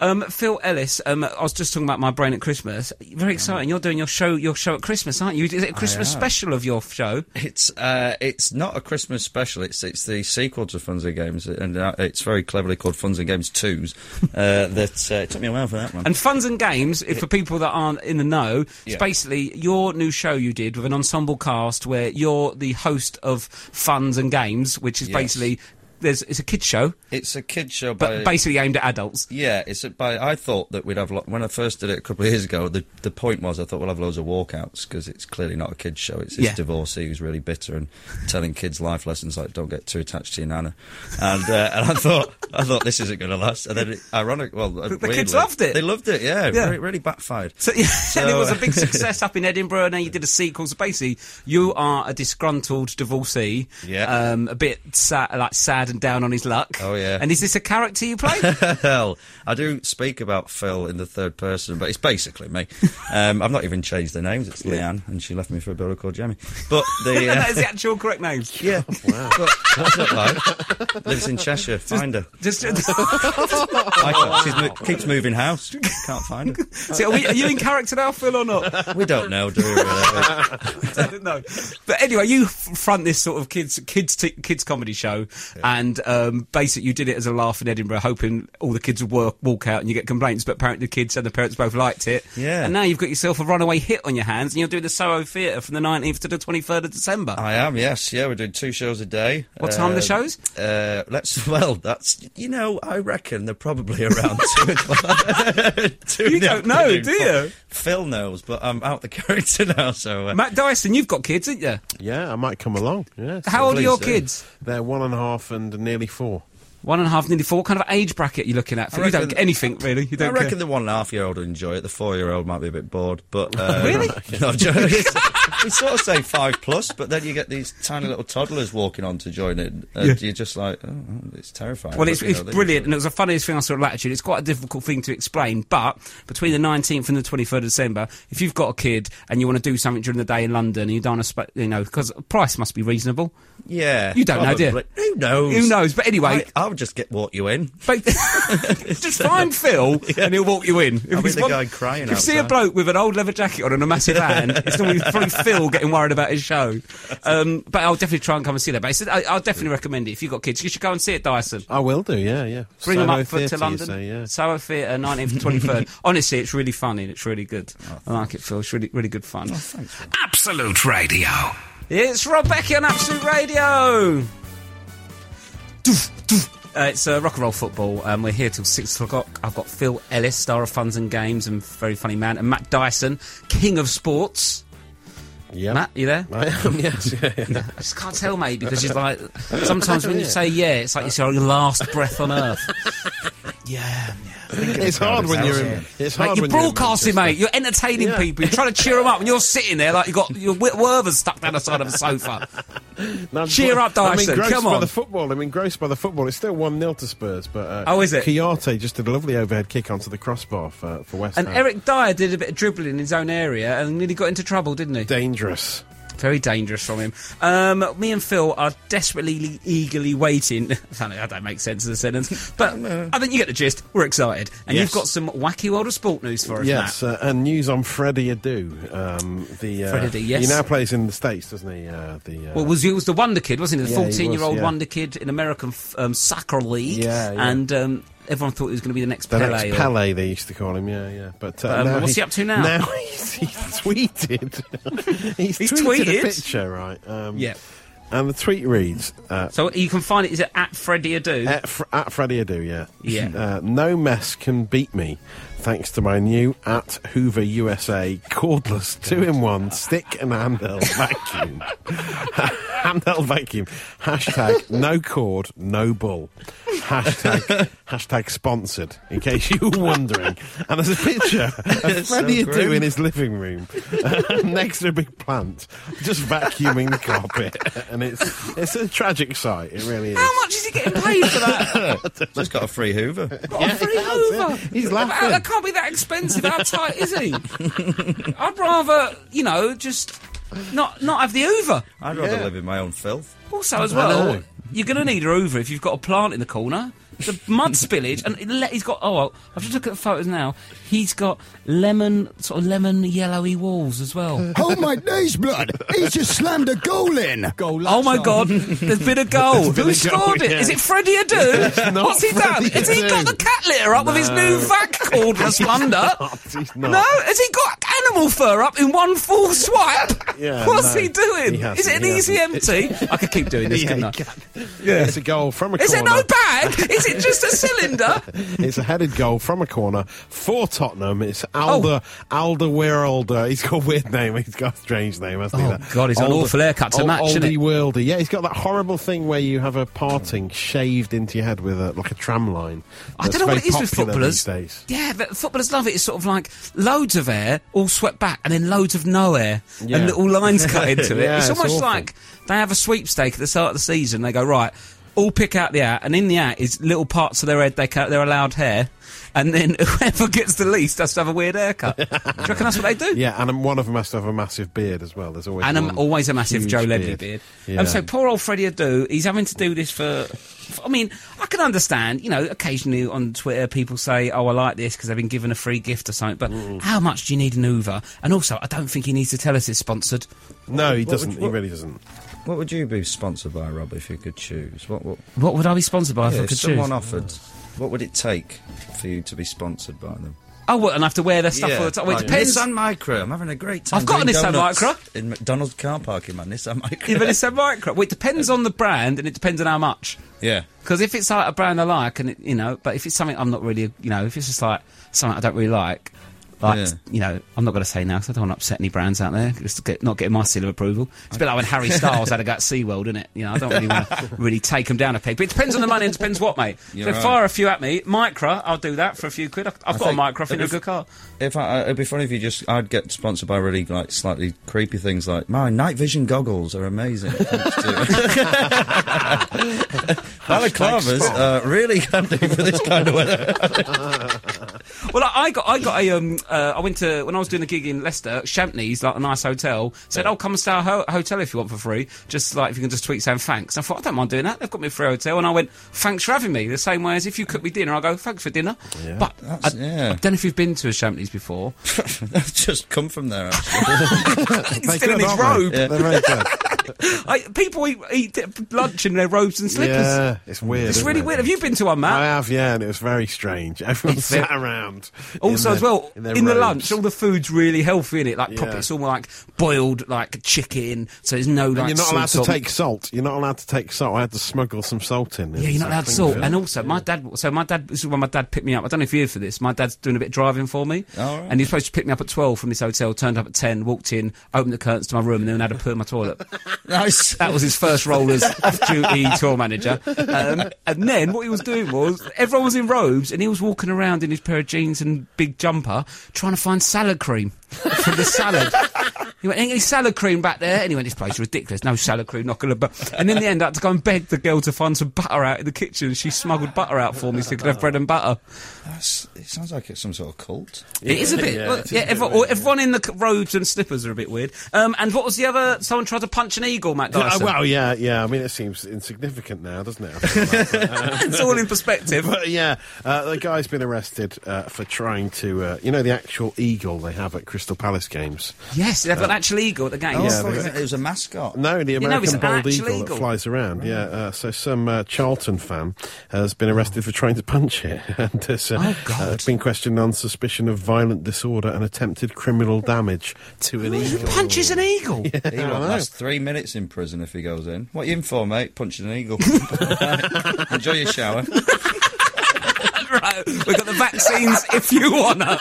um, Phil Ellis, um, I was just talking about my brain at Christmas. Very exciting. You're doing your show, your show at Christmas, aren't you? Is it a Christmas
am.
special of your show?
It's uh, it's not a Christmas special. It's it's the sequel to Funds and Games, and uh, it's very cleverly called Funds and Games Twos. Uh, that uh, it took me a while for that one.
And Funs and Games, if for people that aren't in the know, it's
Yeah.
basically your new show you did with an ensemble cast where you're the host of Funs and Games, which is
Yes.
basically there's it's a kids show,
it's a kid show,
but
by,
basically aimed at adults.
Yeah, it's by. I thought that we'd have lo- when I first did it a couple of years ago. The the point was I thought we'll have loads of walkouts because it's clearly not a kids show. It's this
Yeah.
divorcee who's really bitter and telling kids life lessons like don't get too attached to your nana. And uh, and I thought I thought this isn't going to last. And then it, ironic, well, the
kids loved it.
They loved it. Yeah,
Yeah.
Really, really backfired.
So, yeah, and it was a big
uh,
success up in Edinburgh, and then you did a sequel. So basically, you are a disgruntled divorcee,
Yeah.
um, a bit sad, like sad and down on his luck.
Oh, yeah.
And is this a character you play?
Hell, I do speak about Phil in the third person, but it's basically me. Um, I've not even changed the names. It's Leanne, and she left me for a brother called Jamie. But the
that
uh,
is the actual correct name.
yeah, but what's it like? Lives in Cheshire. Find her.
Just, Oh.
I can't- she's mo- keeps moving house. Can't find her.
so are, we, are you in character now, Phil, or not?
We don't know, do we? Really?
I don't know. But anyway, you f- front this sort of kids kids t- kids comedy show, and um, basically you did it as a laugh in Edinburgh, hoping all the kids would work, walk out and you get complaints. But apparently the kids and the parents both liked it.
Yeah.
And now you've got yourself a runaway hit on your hands, and you're doing the Soho Theatre from the 19th to the 23rd of December.
I am. Yes. Yeah. We're doing two shows a day.
What time are the
Uh,
shows?
Uh, let's. Well, that's. You know, I reckon they're probably around two o'clock. two in
You
the
don't know,
afternoon.
do you?
Phil knows, but I'm out the character now. So uh,
Matt Dyson, you've got kids, haven't you?
yeah, I might come along. Yeah. uh,
How old are
please
your
do.
kids?
They're one and a half and nearly four.
One and a half, nearly four. What kind of age bracket are you looking at?
I
you don't
reckon-
get anything really. You
I
don't
reckon
care.
the one and a half year old will enjoy it. The four year old might be a bit bored, but uh,
Really?
No, I'm joking. It's- we sort of say five plus, but then you get these tiny little toddlers walking on to join it. And
Yeah.
You're just like, oh, it's terrifying.
Well,
But,
it's,
you
it's
know, they-
brilliant, and it was the funniest thing I saw at Latitude. It's quite a difficult thing to explain, but between the 19th and the 23rd of December, if you've got a kid and you want to do something during the day in London and you don't want to, sp- you know, because price must be reasonable.
Yeah,
You don't know, do you?
probably. Who knows?
Who knows? But anyway,
I, will just get walk you in.
but- just find Phil and he'll walk you in. If
I'll be
it's
the guy crying
If you see a
outside.
bloke with an old leather jacket on and a massive hand, it's normally probably Phil getting worried about his show. Um, but I'll definitely try and come and see that. But it's, I, I'll definitely recommend it if you've got kids. You should go and see it, Dyson.
I will do. Yeah, yeah.
Bring them
Soho
up for, to
Theatre, you
London.
say, yeah.
Soho Theatre, 19th, 23rd. Honestly, it's really funny and it's really good.
Oh,
I like it, Phil. It's really, really good fun.
Absolute Radio.
It's Rob Becky on Absolute Radio. Doof, doof, Uh, it's uh, rock and roll football. Um, we're here till six o'clock. I've got Phil Ellis, star of Funds and Games, and very funny man, and Matt Dyson, king of sports.
Yeah.
Matt, you there?
I am, yes. Yeah, yeah.
I just can't tell, mate, because you're like sometimes when you say yeah, it's like you're your last breath on earth. yeah, yeah.
It's hard when you're in. It's hard
Mate, you're
when you're in
broadcasting, mate. You're entertaining
uh, Yeah.
people. You're trying to cheer them up, and you're sitting there like you got your wi- Werther's stuck down the side of a sofa.
No, I'm-
Cheer up, Dyson,
I'm engrossed
come
by
on.
the football. I'm engrossed by the football. It's still 1 0 to Spurs, but. Uh,
Oh, is it?
Kiarte just did a lovely overhead kick onto the crossbar for, for West
And
Ham.
Eric Dyer did a bit of dribbling in his own area and nearly got into trouble, didn't he?
Dangerous.
Very dangerous from him. Um, me and Phil are desperately, eagerly waiting. that don't make sense as a sentence, but I think you get the gist. We're excited, and
Yes.
you've got some wacky world of sport news for us.
Yes, uh, and news on Freddie Adu. Um, the, uh,
Freddie Adu, yes.
He now plays in the States, doesn't he? Uh, the, uh,
Well, was he was the wonder kid, wasn't he? The
Yeah, he was,
fourteen-year-old
yeah.
wonder kid in American f- um, soccer league,
Yeah, yeah.
and um, everyone thought he was going to be the next
the
Pele.
next
or-
Pele, they used to call him, yeah, yeah. But uh,
Um,
now
what's he up to now?
Now he's, he's tweeted. he's,
He's
tweeted,
tweeted?
a picture, right? Um,
Yeah.
And the tweet reads uh,
So you can find it. Is it at Freddie Adu?
At, Fr- at Freddie Adu, yeah.
Yeah.
Uh, no mess can beat me thanks to my new at Hoover USA cordless two in one stick and handheld vacuum. handheld vacuum. Hashtag no cord, no bull. Hashtag, hashtag sponsored, in case you were wondering. And there's a picture of
so
Freddie Adu
grim.
in his living room next to a big plant, just vacuuming the carpet. And it's, it's a tragic sight, it really is.
How much is he getting paid for that?
Just got a free Hoover.
What a free Hoover.
He's
How-
laughing.
That can't be that expensive. How tight is he? I'd rather, you know, just not not have the Hoover.
I'd rather
Yeah.
live in my own filth.
Also, as
I
well,
know.
you're going to need a Hoover if you've got a plant in the corner. The mud spillage, and it le- he's got. Oh, well, I've just looked at the photos now. He's got lemon, sort of lemon yellowy walls as
Uh,
well.
Oh my days, blood! He's just slammed a goal in. Goal.
Oh my God! There's been a goal. Who
There's been a goal,
scored it? Is
yeah.
it Freddie Adu?
not
What's he done?
Freddie
Has he got
Adu.
the cat litter up with his new vac called Responder?
He's not.
No, has he got animal fur up in one full swipe?
Yeah,
What's
no.
he doing?
He hasn't,
is it an
he
easy
hasn't.
empty? I could keep doing this, couldn't I?
you can. Yeah, it's a goal from a
Is it
corner.
no bag? Is it just a cylinder?
It's a headed goal from a corner for Tottenham. It's
Oh.
Alder Alder Weiralder. He's got a weird name. He's got a strange name, hasn't
Oh,
he? that?
God, he's got an
Alder-
awful haircut to
Al-
match, isn't
Aldy
he?
Weiralder. Yeah, he's got that horrible thing where you have a parting shaved into your head with a, like a tram line.
I
That's
don't know what
very
it is with
popular
footballers.
these days.
Yeah, but footballers love it. It's sort of like loads of air, all swept back, and then loads of no air,
Yeah.
and little lines cut into it.
Yeah,
it's
it's
almost
awful.
like they have a sweepstake at the start of the season. They go right, all pick out the hat, and in the hat is little parts of their head they cut. They're allowed hair, and then whoever gets the least has to have a weird haircut. Do you reckon that's what they do?
Yeah, and um, one of them has to have a massive beard as well. There's always
And
one
I'm always a massive
huge
Joe Ledley beard.
Yeah.
Um, so poor old Freddie Adu, he's having to do this for, for- I mean, I can understand, you know, occasionally on Twitter people say, oh, I like this because they've been given a free gift or something, but how much do you need an Uber? And also, I don't think he needs to tell us it's sponsored.
no, he
What would
doesn't.
you-
He really doesn't.
What would you be sponsored by, Rob, if you could choose? What, what
What would I be sponsored by if I
if
could
someone
choose?
offered? What would it take for you to be sponsored by them?
Oh, what, and I have to wear their stuff all the time? Well, it
like
depends.
Nissan Micro. I'm having a great time.
I've got a
doing
Nissan
donuts
Micra.
in McDonald's car park in my Nissan Micro.
Even it's a micro. Well, it depends on the brand and it depends on how much.
yeah.
Because if it's like a brand I like, and it, you know, but if it's something I'm not really, you know, if it's just like something I don't really like, like
Yeah.
you know, I'm not going to say now because I don't want to upset any brands out there. Just to get, not getting my seal of approval. It's a bit like when Harry Styles had a go at SeaWorld, isn't it? You know, I don't really want to really take him down a peg. But it depends on the money. and depends what, mate.
You're
so
right.
fire a few at me, Micra. I'll do that for a few quid. I- I've got a
think-
Micra. I think it's a
if-
good car.
If I, I- it'd be funny if you just, I'd get sponsored by really like slightly creepy things like my night vision goggles are amazing. thanks to-" Balaclavas uh, really handy for this kind of weather.
Well, I, I got, I got a, um, uh, I went to when I was doing a gig in Leicester, Champneys, like a nice hotel. Said, "Oh, come and stay at a ho- hotel if you want for free. Just like if you can just tweet saying thanks." I thought I don't mind doing that. They've got me a free hotel, and I went, "Thanks for having me." The same way as if you cook me dinner, I go, "Thanks for dinner." But I,
That's- yeah.
I don't know if you've been to a Champneys before.
I've just come from there. Actually.
He's still in his
aren't they?
robe.
They're very good.
I, people eat, eat lunch in their robes and slippers.
Yeah, it's weird.
It's
isn't
really
it?
weird. Have you been to one, Matt?
I have, yeah, and it was very strange. Everyone
It's
sat
ve-
around.
Also,
their-
as well, in,
their
the
robes.
lunch, all the food's really healthy in it. Like, proper,
Yeah.
it's all like boiled, like chicken. So there's no like.
And you're not allowed to
salt on-
take salt. You're not allowed to take salt. I had to smuggle some salt in.
Yeah, you're not allowed salt. And also, my dad. So my dad. This is when my dad picked me up. I don't know if you're here for this. My dad's doing a bit of driving for me,
All right.
and he was supposed to pick me up at twelve from this hotel. Turned up at ten, walked in, opened the curtains to my room, and then had a poo in my toilet.
Nice.
That was his first role as off-duty tour manager. Um, and then what he was doing was everyone was in robes, and he was walking around in his pair of jeans and big jumper, trying to find salad cream for the salad. He went, ain't any salad cream back there? And he went, this place is ridiculous. No salad cream, not going to... Bu-. And in the end, I had to go and beg the girl to find some butter out in the kitchen. She smuggled butter out for me so he could have bread and butter.
That's, it sounds like it's some sort of cult.
It is a bit.
Yeah,
well,
it is
yeah,
a bit
everyone,
weird,
everyone in the c- robes and slippers are a bit weird. Um, and what was the other? Someone tried to punch an eagle, Matt
Yeah,
Dyson.
Uh, well, yeah, yeah. I mean, it seems insignificant now, doesn't it? I feel like, but, uh,
it's all in perspective.
But yeah, uh, the guy's been arrested uh, for trying to, uh, you know, the actual eagle they have at Crystal Palace games.
Yes, they've got an actual eagle at the game.
Oh,
Yeah,
I thought
they-
you meant it was a mascot.
No, the
know, it's Mm.
American
an
bald
actual
eagle,
eagle.
that flies around. Yeah, uh, so some uh, Charlton fan has been arrested for trying to punch it, and has uh,
Oh, God.
uh, been questioned on suspicion of violent disorder and attempted criminal damage to an
Who
eagle.
punches an eagle?
He won't last three minutes in prison if he goes in. What you in for, mate? Punching an eagle. Enjoy your shower.
right, we've got the vaccines if you wanna.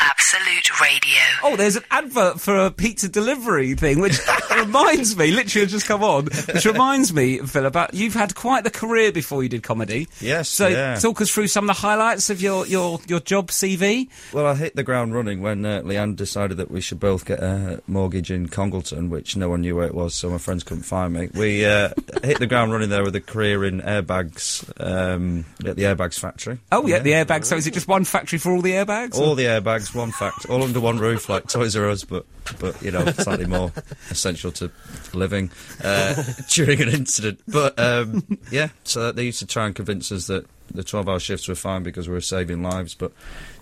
Absolute Radio.
Oh, there's an advert for a pizza delivery thing, which reminds me, literally it's just come on, which reminds me, Phil, about you've had quite the career before you did comedy.
Yes,
So
yeah.
talk us through some of the highlights of your, your, your job CV.
Well, I hit the ground running when uh, Leanne decided that we should both get a mortgage in Congleton, which no one knew where it was, so my friends couldn't find me. We uh, hit the ground running there with a career in airbags um, at the airbags factory.
Oh, yeah, the airbags. So is it just one factory for all the airbags?
All the airbags, one fact, all under one roof, like Toys R Us, but but you know slightly more essential to living uh, during an incident. But um, yeah, so they used to try and convince us that the twelve-hour shifts were fine because we were saving lives. But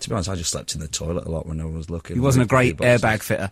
to be honest, I just slept in the toilet a lot when no one was looking.
he wasn't a
Moved a few
great
boxes.
airbag fitter.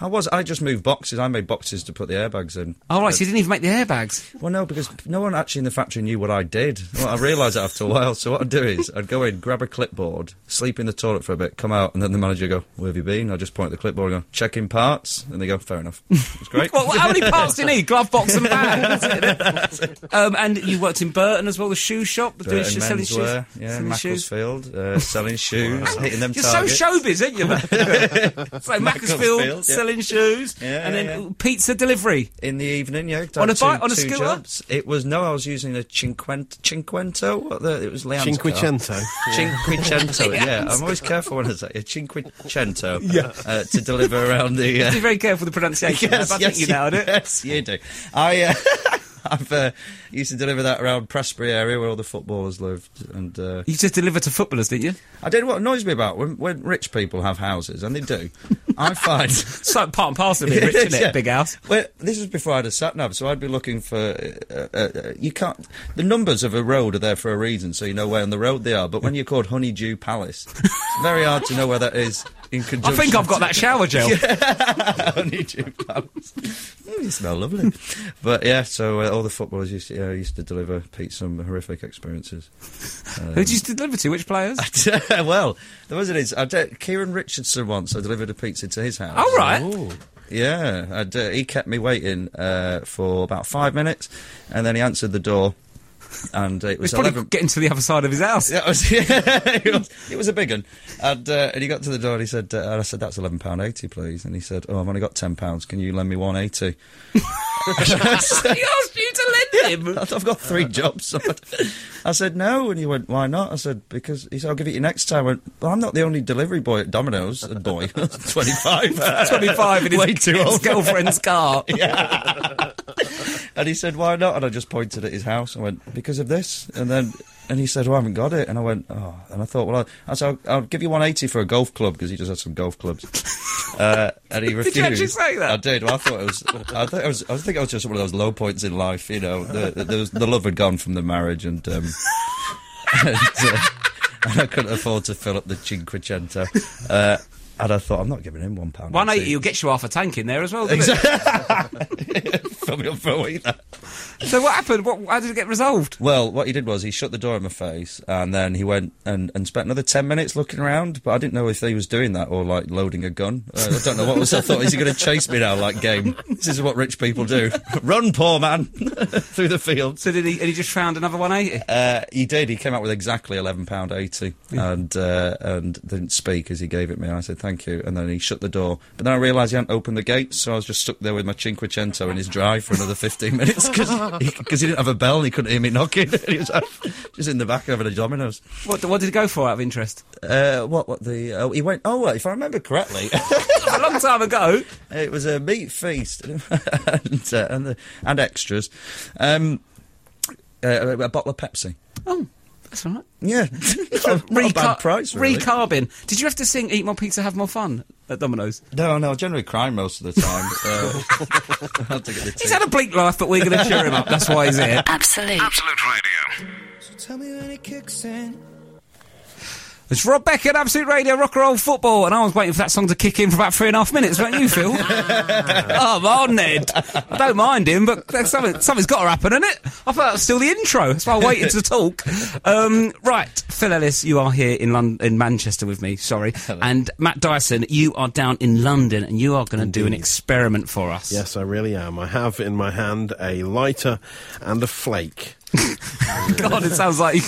I was. I just moved boxes. I made boxes to put the airbags in.
All Oh, right, so you didn't even make the airbags.
Well, no, because no one actually in the factory knew what I did. Well, I realised that after a while. So what I'd do is I'd go in, grab a clipboard, sleep in the toilet for a bit, come out, and then the manager would go, "Where have you been?" I just point at the clipboard and go, "Checking parts," and they go, "Fair enough, it's great."
Well, how many parts do you need? Glove box and bag. um, and you worked in Burton as well, the shoe shop,
Burton
doing sho- selling shoes.
menswear, yeah,
selling shoes.
Macclesfield, uh, selling shoes, hitting them
You're
targets.
so showbiz, aren't you? man? so Macclesfield
yeah.
selling shoes,
Yeah,
and then
yeah.
pizza delivery.
in the evening, yeah.
On a
two-
bike- on a
two
scooter?
jobs. It was no, I was using a cinquent, cinquento. What the, it was Leanne's car.
Cinquecento.
Cinquecento, yeah. I'm always careful when I say a cinquecento yeah. uh, to deliver around the. Uh,
Be very careful with the pronunciation. I think you nailed it.
Yes, you do. I, uh, I've uh, used to deliver that around Presbury area where all the footballers lived, and uh,
You just delivered to footballers, didn't you?
I did what annoys me about when, when rich people have houses, and they do. I find
It's like part and parcel of being rich, isn't it?
Yeah.
Big house.
Well, this was before I had a sat nav, so I'd be looking for. Uh, uh, uh, you can't. The numbers of a road are there for a reason, so you know where on the road they are. But when you're called Honeydew Palace, it's very hard to know where that is in
I
conjunction.
think I've got that shower gel.
Honeydew Palace. Mm, you smell lovely. But yeah, so uh, all the footballers used to, uh, used to deliver Pete some horrific experiences.
Who did you deliver to? Which players?
well, there was it is. I did, Kieran Richardson once. I delivered a pizza to his house.
All right.
Oh, Yeah, and, uh, he kept me waiting uh, for about five minutes, and then he answered the door, and it
He's
was
probably
eleven.
getting to the other side of his house.
Yeah, it, was, it, was, it was a big one, and uh, and he got to the door and he said, uh, and I said, "That's eleven pound eighty, please." And he said, "Oh, I've only got ten pounds. Can you lend me one eighty?
he asked you to lend him.
I've got
Uh.
three jobs." So I- I said, "No," and he went, "Why not?" I said, "Because he said I'll give it you next time." I went, well, "I'm not the only delivery boy at Domino's. A boy, twenty five,
25 in his,
Way too
his
old.
girlfriend's car.
And he said, "Why not?" And I just pointed at his house. I went, "Because of this." And then, and he said, "Well, I haven't got it." And I went, "Oh." And I thought, "Well, I, I said, I'll, I'll give you 180 for a golf club because he just had some golf clubs." Uh, and he refused.
you actually say that?
I did. Well, I thought it was. I thought it was. I think I was just one of those low points in life. You know, the the, the, the love had gone from the marriage, and um, and, uh, and I couldn't afford to fill up the Cinquecento. Uh, And I thought, I'm not giving him one pound.
One eighty will get you half a tank in there as well. doesn't it?
Fill me up for a week. that.
so what happened? What, how did it get resolved?
Well, what he did was he shut the door in my face, and then he went and, and spent another ten minutes looking around. But I didn't know if he was doing that or like loading a gun. Uh, I don't know what was. I thought, is he going to chase me now? Like game. This is what rich people do. Run, poor man, through the field.
So did he? And he just found another one eighty.
Uh, he did. He came out with exactly eleven pound eighty,
Yeah.
and uh, and didn't speak as he gave it me. I said thank you, and then he shut the door. But then I realised he hadn't opened the gate, so I was just stuck there with my cinquecento in his drive for another fifteen minutes because he, 'cause he didn't have a bell and he couldn't hear me knocking. he was out- just in the back having a Domino's.
What, what did he go for out of interest?
Uh, what? What the? Oh, he went. Oh, if I remember correctly,
a long time ago,
it was a meat feast and uh, and, the, and extras, um, uh, a, a bottle of Pepsi.
Oh, that's all right.
Yeah, not, not a bad price. Really.
Recarbing. Did you have to sing "Eat More Pizza, Have More Fun" at Domino's?
No, no, I generally cry most of the time. uh, I have to get the
He's had a bleak life, but we're going to cheer him up. That's why he's here.
Absolute.
Absolute Radio.
So tell me when it kicks in.
It's Rob Beck at Absolute Radio, Rock and Roll Football, and I was waiting for that song to kick in for about three and a half minutes, weren't you, Phil? Come on, Ned. I don't mind him, but there's something, something's got to happen, isn't it? I thought that was still the intro. That's why I waited to talk. Um, right, Phil Ellis, you are here in London, in Manchester with me, sorry. And Matt Dyson, you are down in London, and you are going to do an experiment for us.
Yes, I really am. I have in my hand a lighter and a flake.
God, it sounds like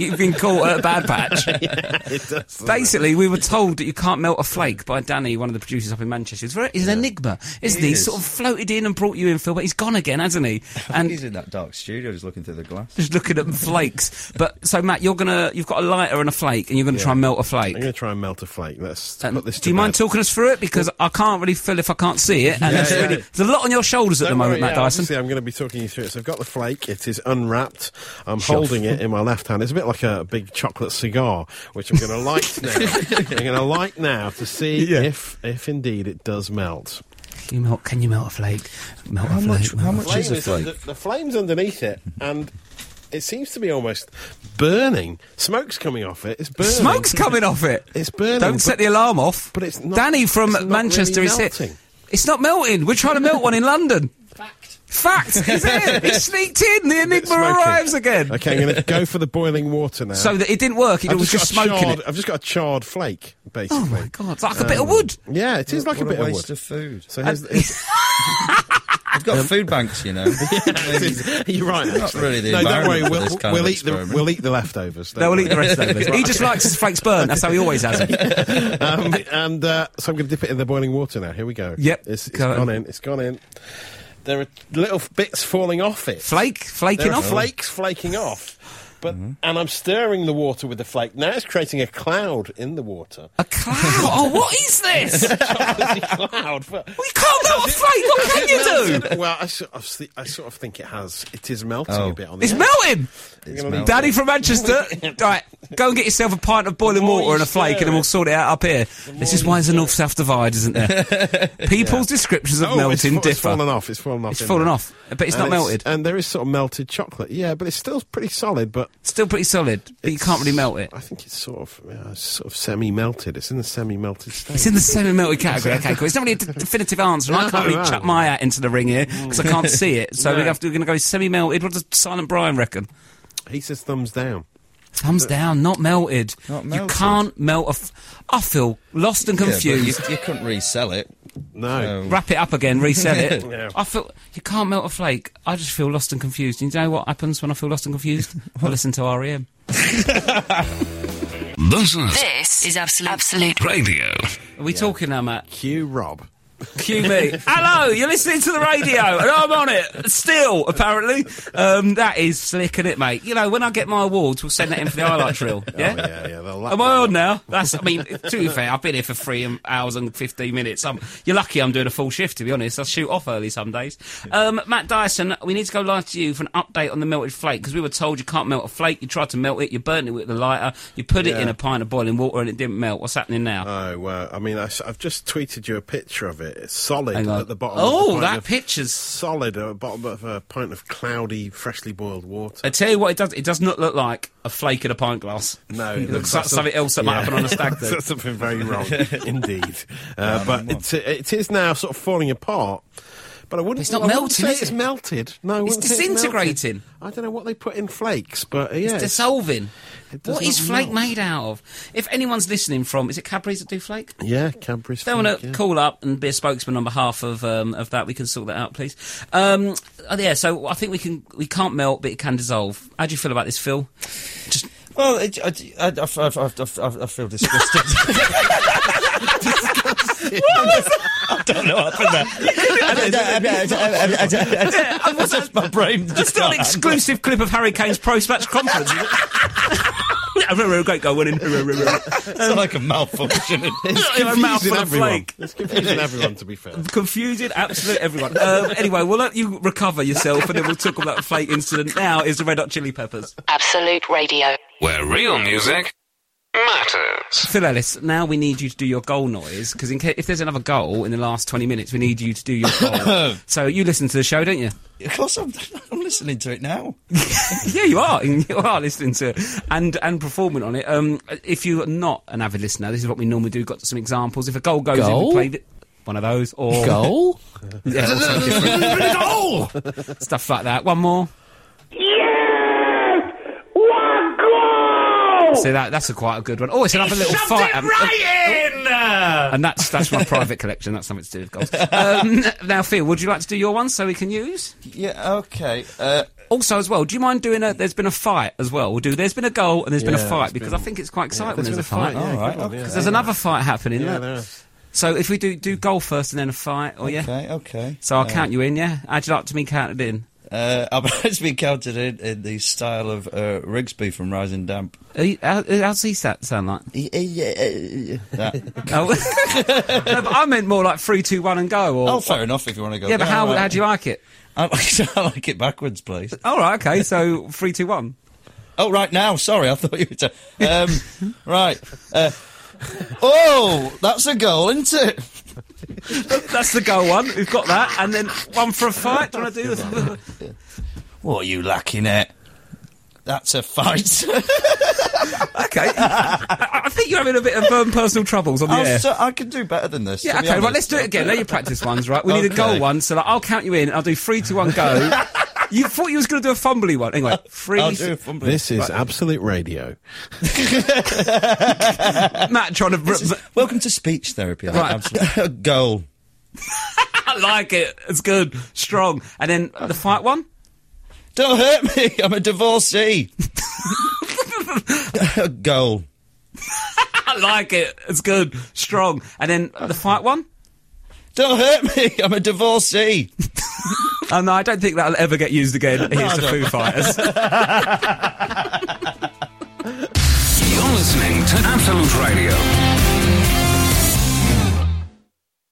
you've been caught at a bad patch.
It does.
Basically, we were told that you can't melt a flake by Danny, one of the producers up in Manchester. It's, very, it's an enigma, isn't
He
he?
is.
Sort of floated in and brought you in, Phil, but he's gone again, hasn't he?
He's
And
in that dark studio, just looking through the glass.
just looking at flakes. But so, Matt, you're gonna you've got a lighter and a flake, and you're gonna try and melt a flake.
I'm going to try and melt a flake. Let's
Um,
put this to
do you mind
bed.
talking us through it? Because I can't really feel if I can't see it. And
Yeah,
it's
yeah.
really, there's a lot on your shoulders at the
Don't
moment, Matt
worry, yeah,
Dyson.
obviously I'm going to be talking you through it. So I've got the flake. It is unwrapped. I'm holding it in my left hand. It's a bit like a big chocolate cigar, which I'm going to light now. I'm going to light now to see
Yeah.
if, if indeed it does melt.
Can you melt, can you melt a flake? Melt a
How
flake.
much-
melt
how
a
much
flake.
is a flake?
under- the flame's underneath it, and it seems to be almost burning. Smoke's coming off it. It's burning.
Smoke's coming off it.
It's burning,
Don't
but-
set the alarm off.
but it's not-
Danny from
it's not
Manchester
really
is
melting.
here. It's not melting. We're trying to melt one in London. Fact. Fact. He's here. He sneaked in. The
It's
enigma
smoking.
arrives again.
Okay, I'm going to go for the boiling water now.
So that it didn't work. It
I've
was
just,
just
got a
smoking
charred,
it.
I've just got a charred flake, basically.
Oh my god! It's like a bit
Um,
of wood.
Yeah, it is like a
What
bit
a
of
waste
wood.
of food.
So here's, here's,
I've
Um,
got food banks, you know. I mean,
you're right.
Not
actually.
really the
no, don't
environment
worry.
for
We'll,
this kind
we'll
of
eat the
experiment.
we'll eat the leftovers.
No,
don't
we'll eat the
worry.
rest of it. He just likes his flakes burnt. That's how he always has it.
um, and uh, so I'm going to dip it in the boiling water now. Here we go.
Yep,
it's, it's
go on.
gone in. It's gone in. There are little bits falling off it.
Flake, flaking
there are
off. Mm-hmm.
flakes flaking off. But and I'm stirring the water with the flake. Now it's creating a cloud in the water.
A cloud. Oh, what is this? We
cloud. But
can't melt a flake. What can you do?
well, I sort, of, thi- I sort of think it has. It is melting
Oh.
a bit on the
It's
edge.
melting.
it's
Danny
melted.
Danny from Manchester. right, go and get yourself a pint of boiling
more
water
you
and a flake, and
stir
then we'll
it-
sort it out up here. This is why there's a north south divide, isn't there? People's descriptions of
Oh, it's,
melting
fa- it's
differ.
fallen off. It's fallen off.
It's
in
fallen
there.
off, but it's
And uh,
not melted.
And there is sort of melted chocolate. Yeah, but it's still pretty solid. But
Still pretty solid, but you can't really melt it.
I think it's sort of yeah, it's sort of semi-melted. It's in the semi-melted state.
It's in the semi-melted category. Okay, cool. It's not really a d- definitive answer, and I can't
No,
really
no.
chuck my hat into the ring here because I can't see it. So
No.
we have to, we're going to go semi-melted. What does Silent Brian reckon?
he says thumbs down. Uh,
Thumbs down, not melted.
Not
You
melted.
can't melt a. F- I feel lost and
Yeah, but
confused.
you, you couldn't resell it.
No.
wrap it up again, resell it.
Yeah.
I feel you can't melt a flake. I just feel lost and confused. And you know what happens when I feel lost and confused? I listen to E REM.
This is
This is Absolute, Absolute
Radio.
Are we talking now, Matt?
Cue Rob.
Cue me. Hello, you're listening to the radio, and I'm on it still. Apparently, um, that is slick, is it, mate? You know, when I get my awards, we'll send that in for the highlight reel. Yeah.
Oh, yeah, yeah, they'll lap
Am I
that
on now? That's. I mean, to be fair, I've been here for three um, hours and fifteen minutes. I'm, you're lucky I'm doing a full shift. To be honest, I shoot off early some days. Um, Matt Dyson, we need to go live to you for an update on the melted flake because we were told you can't melt a flake. You tried to melt it, you burnt it with the lighter, you put it
Yeah. uh,
in a pint of boiling water, and it didn't melt. What's happening now?
Oh, well, I mean, I, have just tweeted you a picture of it. uh, solid
Hang on.
at the bottom.
Oh,
of a pint
that
of-
picture's-
solid at the bottom of a pint of cloudy, freshly boiled water.
I tell you what, it does. It does not look like a flake in a pint glass.
No,
it, looks, like something else that might happen on a stag do.
That's something very wrong, indeed. Uh, but it's, it is now sort of falling apart. But I wouldn't.
It's not
I wouldn't
melting,
say
is
it's
it?
melted. No, I
It's
wouldn't say melted.
disintegrating.
I don't know what they put in flakes, but uh, yeah,
It's dissolving.
it does
What is
not
flake
melt.
made out of? If anyone's listening from, is it Cadbury's that do flake?
yeah, Cadbury's.
If they want
flake,
to
yeah.
call up and be a spokesman on behalf of um, of that, we can sort that out, please. Um, uh, yeah, so I think we can we can't melt, but it can dissolve. How do you feel about this, Phil? Just
Well, it, I, I, I, I, I, I feel disgusted. I don't know what happened there. Just my brain
That's
just
still an
can't handle
exclusive clip of Harry Kane's post-match conference. is it? I remember a great goal winning.
it. It's like a malfunction.
a mouthful of flake.
It's confusing everyone, to be fair.
Confusing absolute everyone. Um, anyway, we'll let you recover yourself and then we'll talk about the flake incident. Now is the Red Hot Chili Peppers.
Absolute Radio.
Where real music matters.
Phil Ellis, now we need you to do your goal noise because ca- if there's another goal in the last 20 minutes, we need you to do your goal. so you listen to the show, don't you?
Of course, I'm, I'm listening to it now.
yeah, you are. You are listening to it and and performing on it. Um, if you're not an avid listener, this is what we normally do. Got some examples. If a goal goes in, we
Goal?
play th- one of those or
Goal?
Yeah, or something different. stuff like that. One more.
Yes! One goal!
So that that's a quite a good one. Oh, it's another little fight. um, and that's that's my private collection. That's something to do with goals. Um, now, Phil, would you like to do your one so we can use?
Yeah, okay. Uh,
Also, as well, do you mind doing a? There's been a fight as well. We'll do. There's been a goal and there's been a
Yeah,
fight
it's
because
been-
I think it's quite exciting when
there's
there's
been
a fight.
yeah,
Alright,
good one, yeah.
Because there's another fight happening.
Yeah,
isn't
there
there?
is.
So if we do do goal first and then a fight, or yeah.
okay, okay.
So I'll count you in, yeah. How'd you like to be counted in?
Uh, I've it's been counted in, in the style of uh, Rigsby from Rising Damp.
Are you, how, how's he sa- sound like?
That.
Oh. no, but I meant more like three, two, one, and go. Or
Oh, fair enough if you want to go.
yeah, but how
right.
how do you like it?
I like, I like it backwards, please.
All right, okay. So three, two, one.
Oh, right now. Sorry, I thought you were. ta- um, right. Uh, oh, that's a goal, isn't it?
That's the goal one. We've got that, and then one for a fight. Do you want to do this?
What are you lacking at? That's a fight.
okay. I, I think you're having a bit of um, personal troubles on the
I'm
air.
so- I can do better than this.
yeah,
to be
okay, right,
honest.
let's do it again. Let your practice ones, right? We need a goal
Okay.
one, so like, I'll count you in. I'll do three, two, one, go. you thought you was going to do a fumbly one. Anyway, 3
I'll do it from
This is absolute radio.
Matt trying to...
Welcome to speech therapy. I
Right.
absolutely- goal.
I like it. It's good. Strong. And then the fight one?
Don't hurt me. I'm a divorcee. a goal.
I like it. It's good. Strong. And then the fight one?
Don't hurt me. I'm a divorcee.
Oh, no, I don't think that'll ever get used again. Here's the Foo Fighters.
You're listening to Absolute Radio.